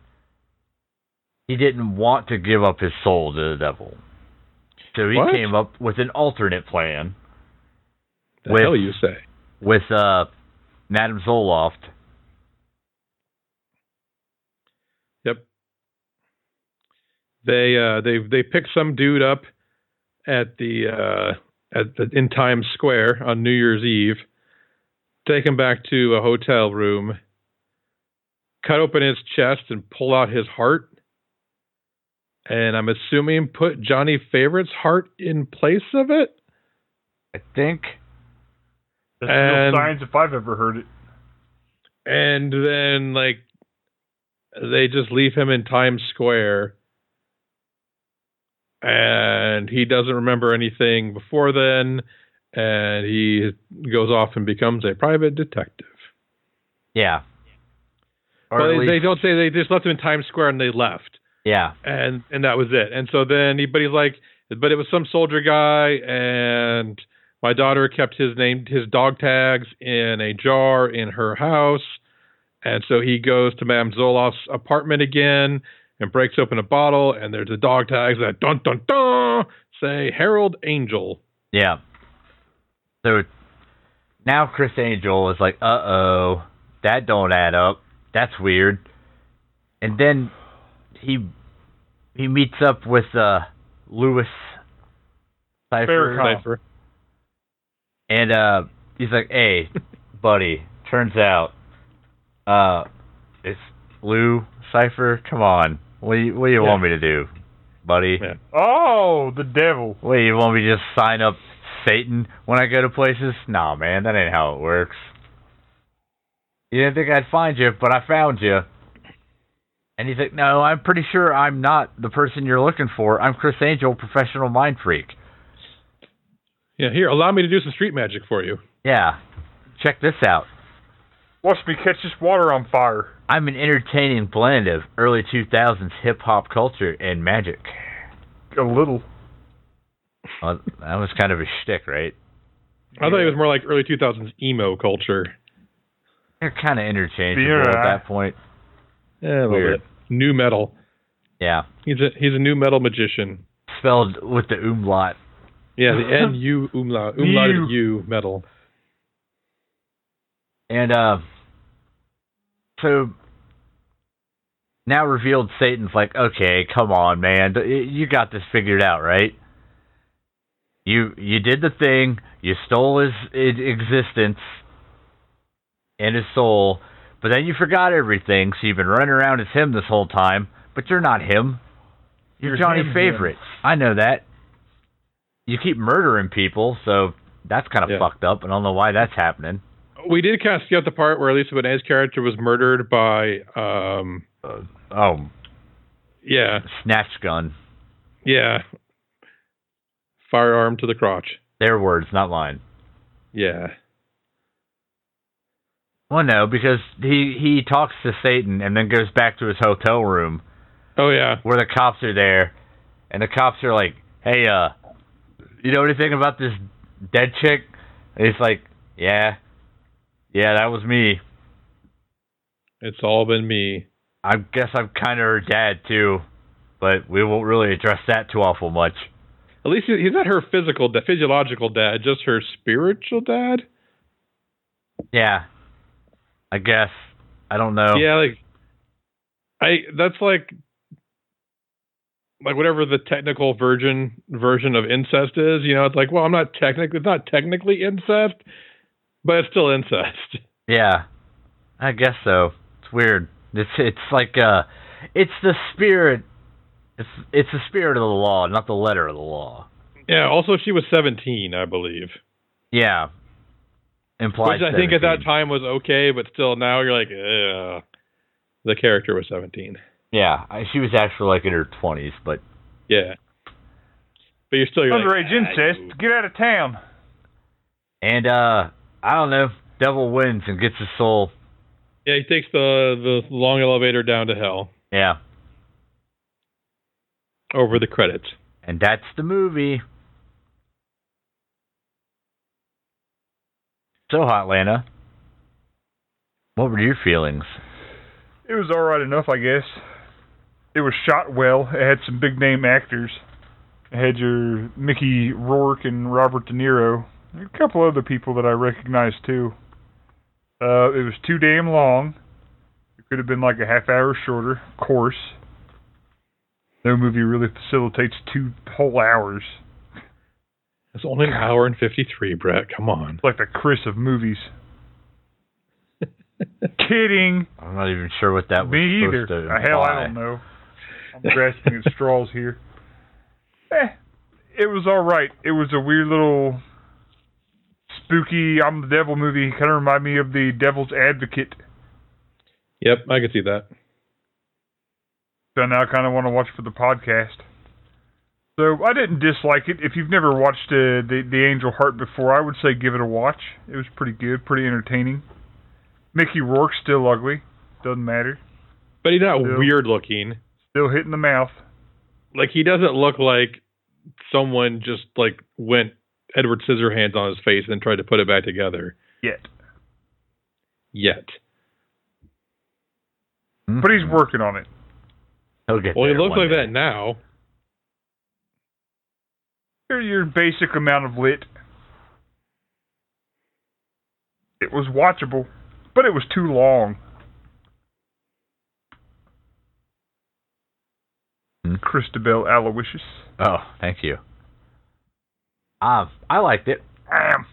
Speaker 1: he didn't want to give up his soul to the devil. So he
Speaker 3: What?
Speaker 1: came up with an alternate plan
Speaker 3: The
Speaker 1: With-
Speaker 3: hell you say.
Speaker 1: with uh Madame Zoloft.
Speaker 3: Yep. They uh they they pick some dude up at the uh at the, in Times Square on New Year's Eve, take him back to a hotel room, cut open his chest and pull out his heart. And I'm assuming put Johnny Favorite's heart in place of it.
Speaker 1: I think
Speaker 2: That's
Speaker 3: And-
Speaker 2: real science if I've ever heard it.
Speaker 3: and then like they just leave him in Times Square and he doesn't remember anything before then and he goes off and becomes a private detective.
Speaker 1: yeah. Or
Speaker 3: but
Speaker 1: at
Speaker 3: they,
Speaker 1: least,
Speaker 3: they don't say they just left him in Times Square and they left.
Speaker 1: yeah.
Speaker 3: And and that was it. And so then he but he's like but it was some soldier guy and my daughter kept his name his dog tags in a jar in her house. And so he goes to Madame Zoloff's apartment again and breaks open a bottle, and there's the dog tags that dun dun dun say Harold Angel.
Speaker 1: Yeah. So now Chris Angel is like, uh oh, that don't add up. That's weird. And then he he meets up with uh Lewis Cipher
Speaker 2: Farrakhan.
Speaker 3: Cipher.
Speaker 1: and uh he's like, Hey, buddy, turns out uh it's Lou Cipher, come on. What do you what do you
Speaker 3: Yeah.
Speaker 1: want me to do, buddy?
Speaker 3: Yeah.
Speaker 2: Oh, the devil.
Speaker 1: What you want me to just sign up Satan when I go to places? Nah, man, that ain't how it works. You didn't think I'd find you, but I found you. And he's like, No, I'm pretty sure I'm not the person you're looking for. I'm Chris Angel, professional mind freak.
Speaker 3: Yeah, here, allow me to do some street magic for you.
Speaker 1: Yeah. Check this out.
Speaker 2: Watch me catch this water on fire.
Speaker 1: I'm an entertaining blend of early 2000s hip hop culture and magic.
Speaker 2: A little.
Speaker 1: Well, that was kind of a shtick, right?
Speaker 3: I thought it was more like early 2000s emo culture.
Speaker 1: They're kind of interchangeable at
Speaker 2: Yeah.
Speaker 1: that point.
Speaker 3: Yeah, a little
Speaker 1: Weird.
Speaker 3: bit. New metal.
Speaker 1: Yeah.
Speaker 3: He's a he's a new metal magician.
Speaker 1: Spelled with the umlaut.
Speaker 3: Yeah, the N U umlaut umlaut
Speaker 2: You.
Speaker 3: U metal.
Speaker 1: And uh, so now revealed Satan's like, okay, come on, man, Y- you got this figured out, right? You you did the thing, you stole his, his existence and his soul, but then you forgot everything, so you've been running around as him this whole time, but you're not him. You're,
Speaker 5: You're
Speaker 1: Johnny
Speaker 5: him,
Speaker 1: Favorite. I know that. You keep murdering people, so that's kind of
Speaker 3: Yeah.
Speaker 1: fucked up. I don't know why that's happening.
Speaker 3: We did kind of skip the part where Lisa Bonet's character was murdered by, um,
Speaker 1: Oh,
Speaker 3: yeah,
Speaker 1: snatch gun.
Speaker 3: yeah, firearm to the crotch.
Speaker 1: Their words, not mine.
Speaker 3: Yeah,
Speaker 1: Well, no, because he he talks to Satan and then goes back to his hotel room
Speaker 3: oh yeah,
Speaker 1: where the cops are there, and the cops are like, "Hey, uh, you know anything about this dead chick?" And he's like, "Yeah, yeah, that was me.
Speaker 3: it's all been me.
Speaker 1: I guess I'm kind of her dad too, but we won't really address that too awful much."
Speaker 3: At least he- he's not her physical, da- physiological dad, just her spiritual dad.
Speaker 1: Yeah, I guess I don't know.
Speaker 3: Yeah, like I that's like like whatever the technical version version of incest is, you know, it's like, well, I'm not technically it's not technically incest, but it's still incest.
Speaker 1: Yeah, I guess so. It's weird. It's it's like uh, it's the spirit. It's it's the spirit of the law, not the letter of the law.
Speaker 3: Yeah, also she was 17, I believe.
Speaker 1: Yeah, implies.
Speaker 3: Which I think at that
Speaker 1: 17.
Speaker 3: time was okay, but still now you're like, Ugh. the character was 17.
Speaker 1: Yeah, I- she was actually like in her twenties, but
Speaker 3: Yeah. But you're still you're like,
Speaker 2: Underage
Speaker 3: "Ah,
Speaker 2: incest. Get out of town.
Speaker 1: and uh, I don't know. Devil wins and gets his soul.
Speaker 3: you-" Yeah, he takes the the long elevator down to hell
Speaker 1: Yeah,
Speaker 3: over the credits.
Speaker 1: and that's the movie. So hot, Lana. What were your feelings?
Speaker 2: It was all right enough, I guess. It was shot well. It had some big name actors. It had your Mickey Rourke and Robert De Niro. A couple other people that I recognized too. Uh, it was too damn long. It could have been like a half hour shorter, of course. No movie really facilitates two whole hours.
Speaker 3: It's only an hour and 53, Brett. Come on.
Speaker 2: It's like the Chris of movies. Kidding.
Speaker 1: I'm not even sure what that was
Speaker 2: Me either.
Speaker 1: supposed to
Speaker 2: Uh, Hell,
Speaker 1: imply.
Speaker 2: I don't know. I'm grasping at straws here. Eh, it was all right. It was a weird little spooky. I'm the devil movie. Kind of remind me of the Devil's Advocate.
Speaker 3: Yep, I can see that.
Speaker 2: So now I kind of want to watch for the podcast. So I didn't dislike it. If you've never watched uh, the the Angel Heart before, I would say give it a watch. It was pretty good, pretty entertaining. Mickey Rourke's still ugly. Doesn't matter.
Speaker 3: But he's not
Speaker 2: Yeah.
Speaker 3: weird looking.
Speaker 2: Still hitting the mouth.
Speaker 3: Like he doesn't look like someone just like went Edward Scissorhands on his face and tried to put it back together
Speaker 2: Yet.
Speaker 3: yet.
Speaker 2: But he's working on it.
Speaker 1: He'll get
Speaker 3: Well, he
Speaker 1: there
Speaker 3: looks
Speaker 1: one
Speaker 3: like
Speaker 1: day.
Speaker 3: that now.
Speaker 2: your, your basic amount of lit. It was watchable, but it was too long.
Speaker 1: Hmm.
Speaker 2: Christabel Aloysius.
Speaker 1: Oh, thank you. Um, I liked it.
Speaker 2: Am.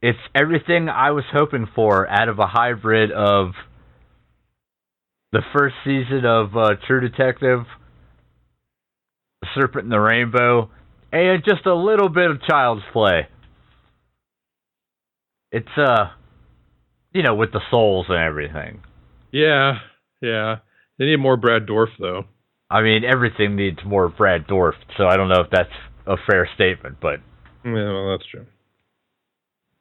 Speaker 1: It's everything I was hoping for out of a hybrid of the first season of uh, True Detective, The Serpent and the Rainbow, and just a little bit of Child's Play. It's uh, you know, with the souls and everything.
Speaker 3: Yeah, yeah. They need more Brad Dorf though.
Speaker 1: I mean, everything needs more Brad Dorf, so I don't know if that's a fair statement, but
Speaker 3: Yeah, well, that's true.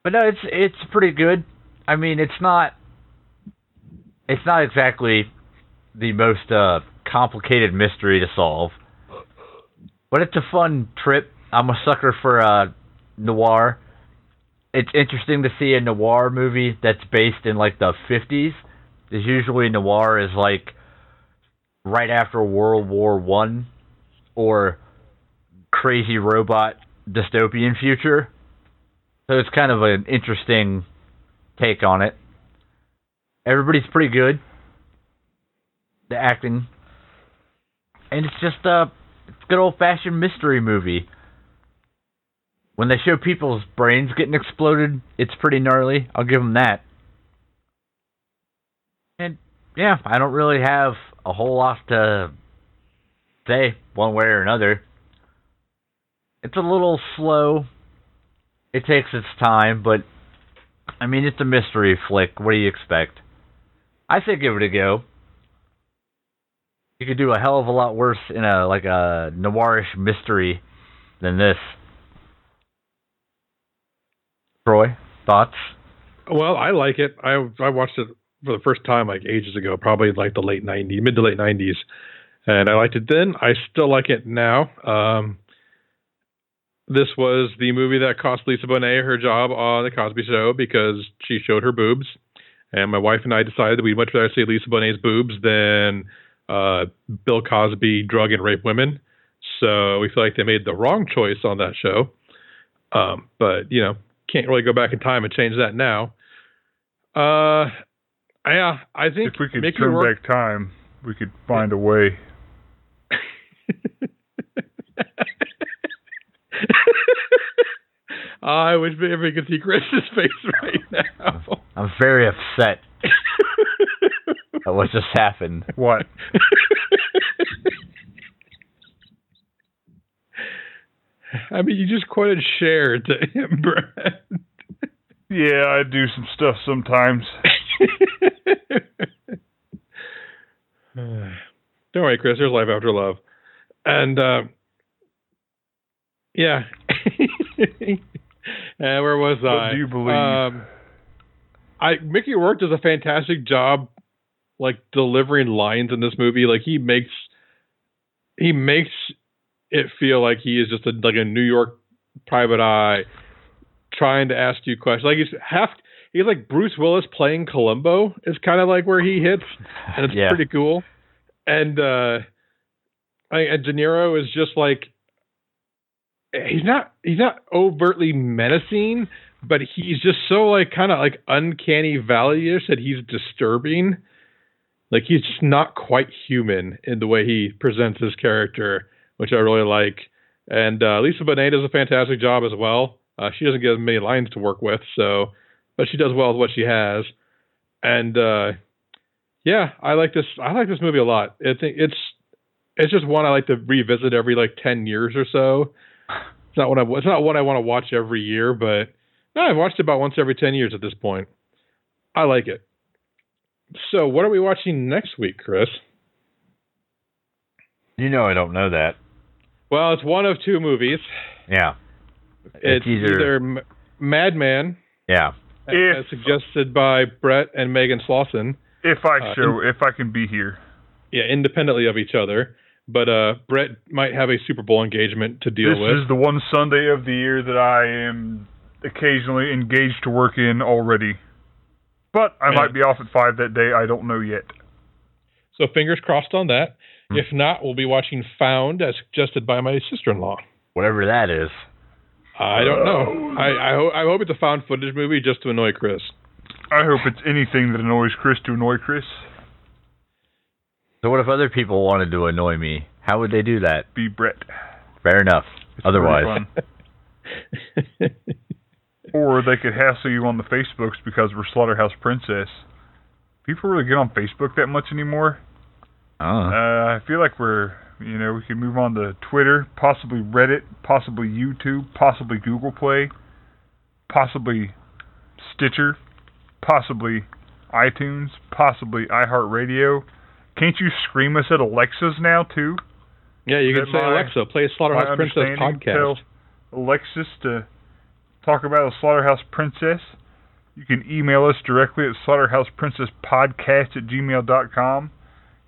Speaker 1: But no, it's it's pretty good. I mean, it's not it's not exactly the most uh, complicated mystery to solve, but it's a fun trip. I'm a sucker for uh, noir. It's interesting to see a noir movie that's based in like the 50s. Is usually noir is like right after World War One or crazy robot dystopian future. So it's kind of an interesting take on it. Everybody's pretty good. the acting, and it's just a good old fashioned mystery movie. When they show people's brains getting exploded, it's pretty gnarly. I'll give them that. And yeah, I don't really have a whole lot to say one way or another. It's a little slow. It takes its time, but I mean, it's a mystery flick. What do you expect? I say give it a go. You could do a hell of a lot worse in a like a noirish mystery than this. Troy, thoughts?
Speaker 3: Well, I like it. I I watched it for the first time like ages ago, probably like the late '90s, mid to late '90s, and I liked it then. I still like it now. Um, this was the movie that cost Lisa Bonet her job on the Cosby Show because she showed her boobs, and my wife and I decided that we'd much rather see Lisa Bonet's boobs than uh, Bill Cosby drug and rape women. So we feel like they made the wrong choice on that show. Um, but you know, can't really go back in time and change that now. Uh, yeah, I think
Speaker 2: If we could
Speaker 3: Mickey
Speaker 2: turn
Speaker 3: Rourke-
Speaker 2: back time, we could find a way.
Speaker 3: I wish if we could see Chris's face right now.
Speaker 1: I'm very upset at what just happened.
Speaker 2: What?
Speaker 3: I mean, you just quoted Cher to him, Brad.
Speaker 2: Yeah, I do some stuff sometimes.
Speaker 3: Don't worry, Chris. There's life after love, and uh, yeah. and where was
Speaker 2: What
Speaker 3: I?
Speaker 2: do you believe?
Speaker 3: Um, I Mickey Rourke does a fantastic job, like delivering lines in this movie. Like he makes he makes it feel like he is just a, like a New York private eye trying to ask you questions. Like he's half he's like Bruce Willis playing Columbo is kind of like where he hits, and it's
Speaker 1: yeah.
Speaker 3: pretty cool. And uh, I, and De Niro is just like he's not he's not overtly menacing, but he's just so like kind of like uncanny valley-ish that he's disturbing. Like he's just not quite human in the way he presents his character, which I really like. And uh, Lisa Bonet does a fantastic job as well. Uh, she doesn't get many lines to work with, so but she does well with what she has. And uh, yeah, I like this. I like this movie a lot. I think it's it's just one I like to revisit every like ten years or so. It's not one I it's not one I want to watch every year, but no, I've watched it about once every ten years at this point. I like it. So, what are we watching next week, Chris?
Speaker 1: You know I don't know that.
Speaker 3: Well, it's one of two movies.
Speaker 1: Yeah, It's
Speaker 3: It's, either,
Speaker 1: either-
Speaker 3: M- Madman,
Speaker 1: yeah.
Speaker 2: If-
Speaker 3: as suggested by Brett and Megan Slauson,
Speaker 2: If I
Speaker 3: Uh,
Speaker 2: show, if I can be here.
Speaker 3: yeah, independently of each other. But uh, Brett might have a Super Bowl engagement to deal
Speaker 2: This
Speaker 3: with.
Speaker 2: is the one Sunday of the year that I am occasionally engaged to work in already. But I
Speaker 3: Yeah.
Speaker 2: might be off at five that day. I don't know yet.
Speaker 3: So fingers crossed on that.
Speaker 2: Hmm.
Speaker 3: If not, we'll be watching Found as suggested by my sister-in-law.
Speaker 1: Whatever that is.
Speaker 3: I don't
Speaker 2: Oh.
Speaker 3: know. I I, ho- I hope it's a found footage movie just to annoy Chris.
Speaker 2: I hope it's anything that annoys Chris to annoy Chris.
Speaker 1: So what if other people wanted to annoy me? How would they do that?
Speaker 2: Be Brett.
Speaker 1: Fair enough.
Speaker 2: It's pretty
Speaker 1: Otherwise,
Speaker 2: fun. Or they could hassle you on the Facebooks because we're Slaughterhouse Princess. People really get on Facebook that much anymore.
Speaker 1: oh,
Speaker 2: Uh, I feel like we're, you know, we could move on to Twitter, possibly Reddit, possibly YouTube, possibly Google Play, possibly Stitcher, possibly iTunes, possibly iHeartRadio. Can't you scream us at Alexa's now too?
Speaker 3: yeah, you can
Speaker 2: Is
Speaker 3: say
Speaker 2: that my-
Speaker 3: Alexa, play
Speaker 2: My
Speaker 3: Slaughterhouse Princess
Speaker 2: understanding,
Speaker 3: podcast.
Speaker 2: Tell Alexis to talk about the Slaughterhouse Princess. You can email us directly at slaughterhouseprincesspodcast at gmail.com.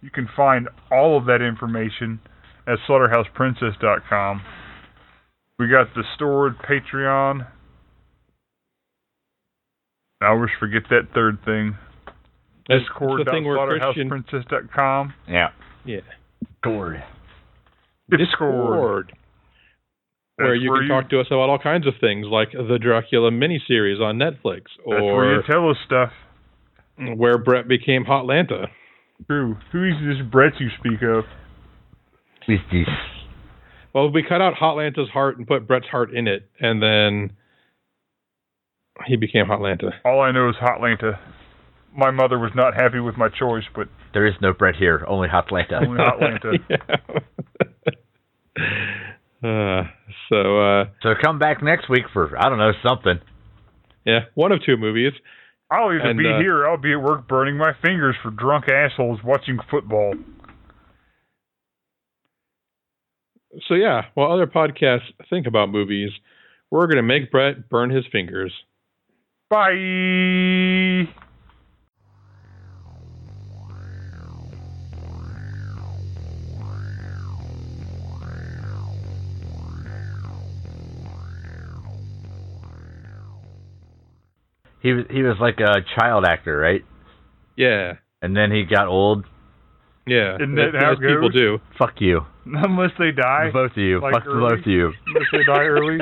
Speaker 2: You can find all of that information at slaughterhouseprincess.com. We got the stored Patreon. I always forget that third thing.
Speaker 3: That's the thing where Christian
Speaker 2: Discord.slaughterhouseprincess.com.
Speaker 1: yeah.
Speaker 3: yeah
Speaker 1: Gourd.
Speaker 2: Discord.
Speaker 3: Discord, where
Speaker 2: That's
Speaker 3: you can talk to us about all kinds of things like the Dracula miniseries on Netflix
Speaker 2: That's where
Speaker 3: or
Speaker 2: you tell us stuff.
Speaker 3: where Brett became Hotlanta.
Speaker 2: True. Who is this Brett you speak of?
Speaker 1: Who's this?
Speaker 3: Well, we cut out Hotlanta's heart and put Brett's heart in it, and then he became Hotlanta.
Speaker 2: All I know is Hotlanta. My mother was not happy with my choice, but
Speaker 1: There is no bread here, only Hotlanta.
Speaker 2: only Hotlanta.
Speaker 3: yeah. uh, so uh,
Speaker 1: so come back next week for I don't know something.
Speaker 3: yeah, one of two movies.
Speaker 2: I'll either
Speaker 3: And,
Speaker 2: be
Speaker 3: uh,
Speaker 2: here or I'll be at work burning my fingers for drunk assholes watching football.
Speaker 3: So yeah, while other podcasts think about movies, we're gonna make Brett burn his fingers.
Speaker 2: Bye.
Speaker 1: He was he was like a child actor, right?
Speaker 3: Yeah,
Speaker 1: And then he got old.
Speaker 3: yeah.
Speaker 2: Isn't that how
Speaker 3: as
Speaker 2: it
Speaker 3: people
Speaker 2: goes?
Speaker 3: do.
Speaker 1: Fuck you,
Speaker 2: Unless they die.
Speaker 1: both of you,
Speaker 2: like
Speaker 1: fuck the
Speaker 2: early?
Speaker 1: both of you.
Speaker 2: Unless they die early.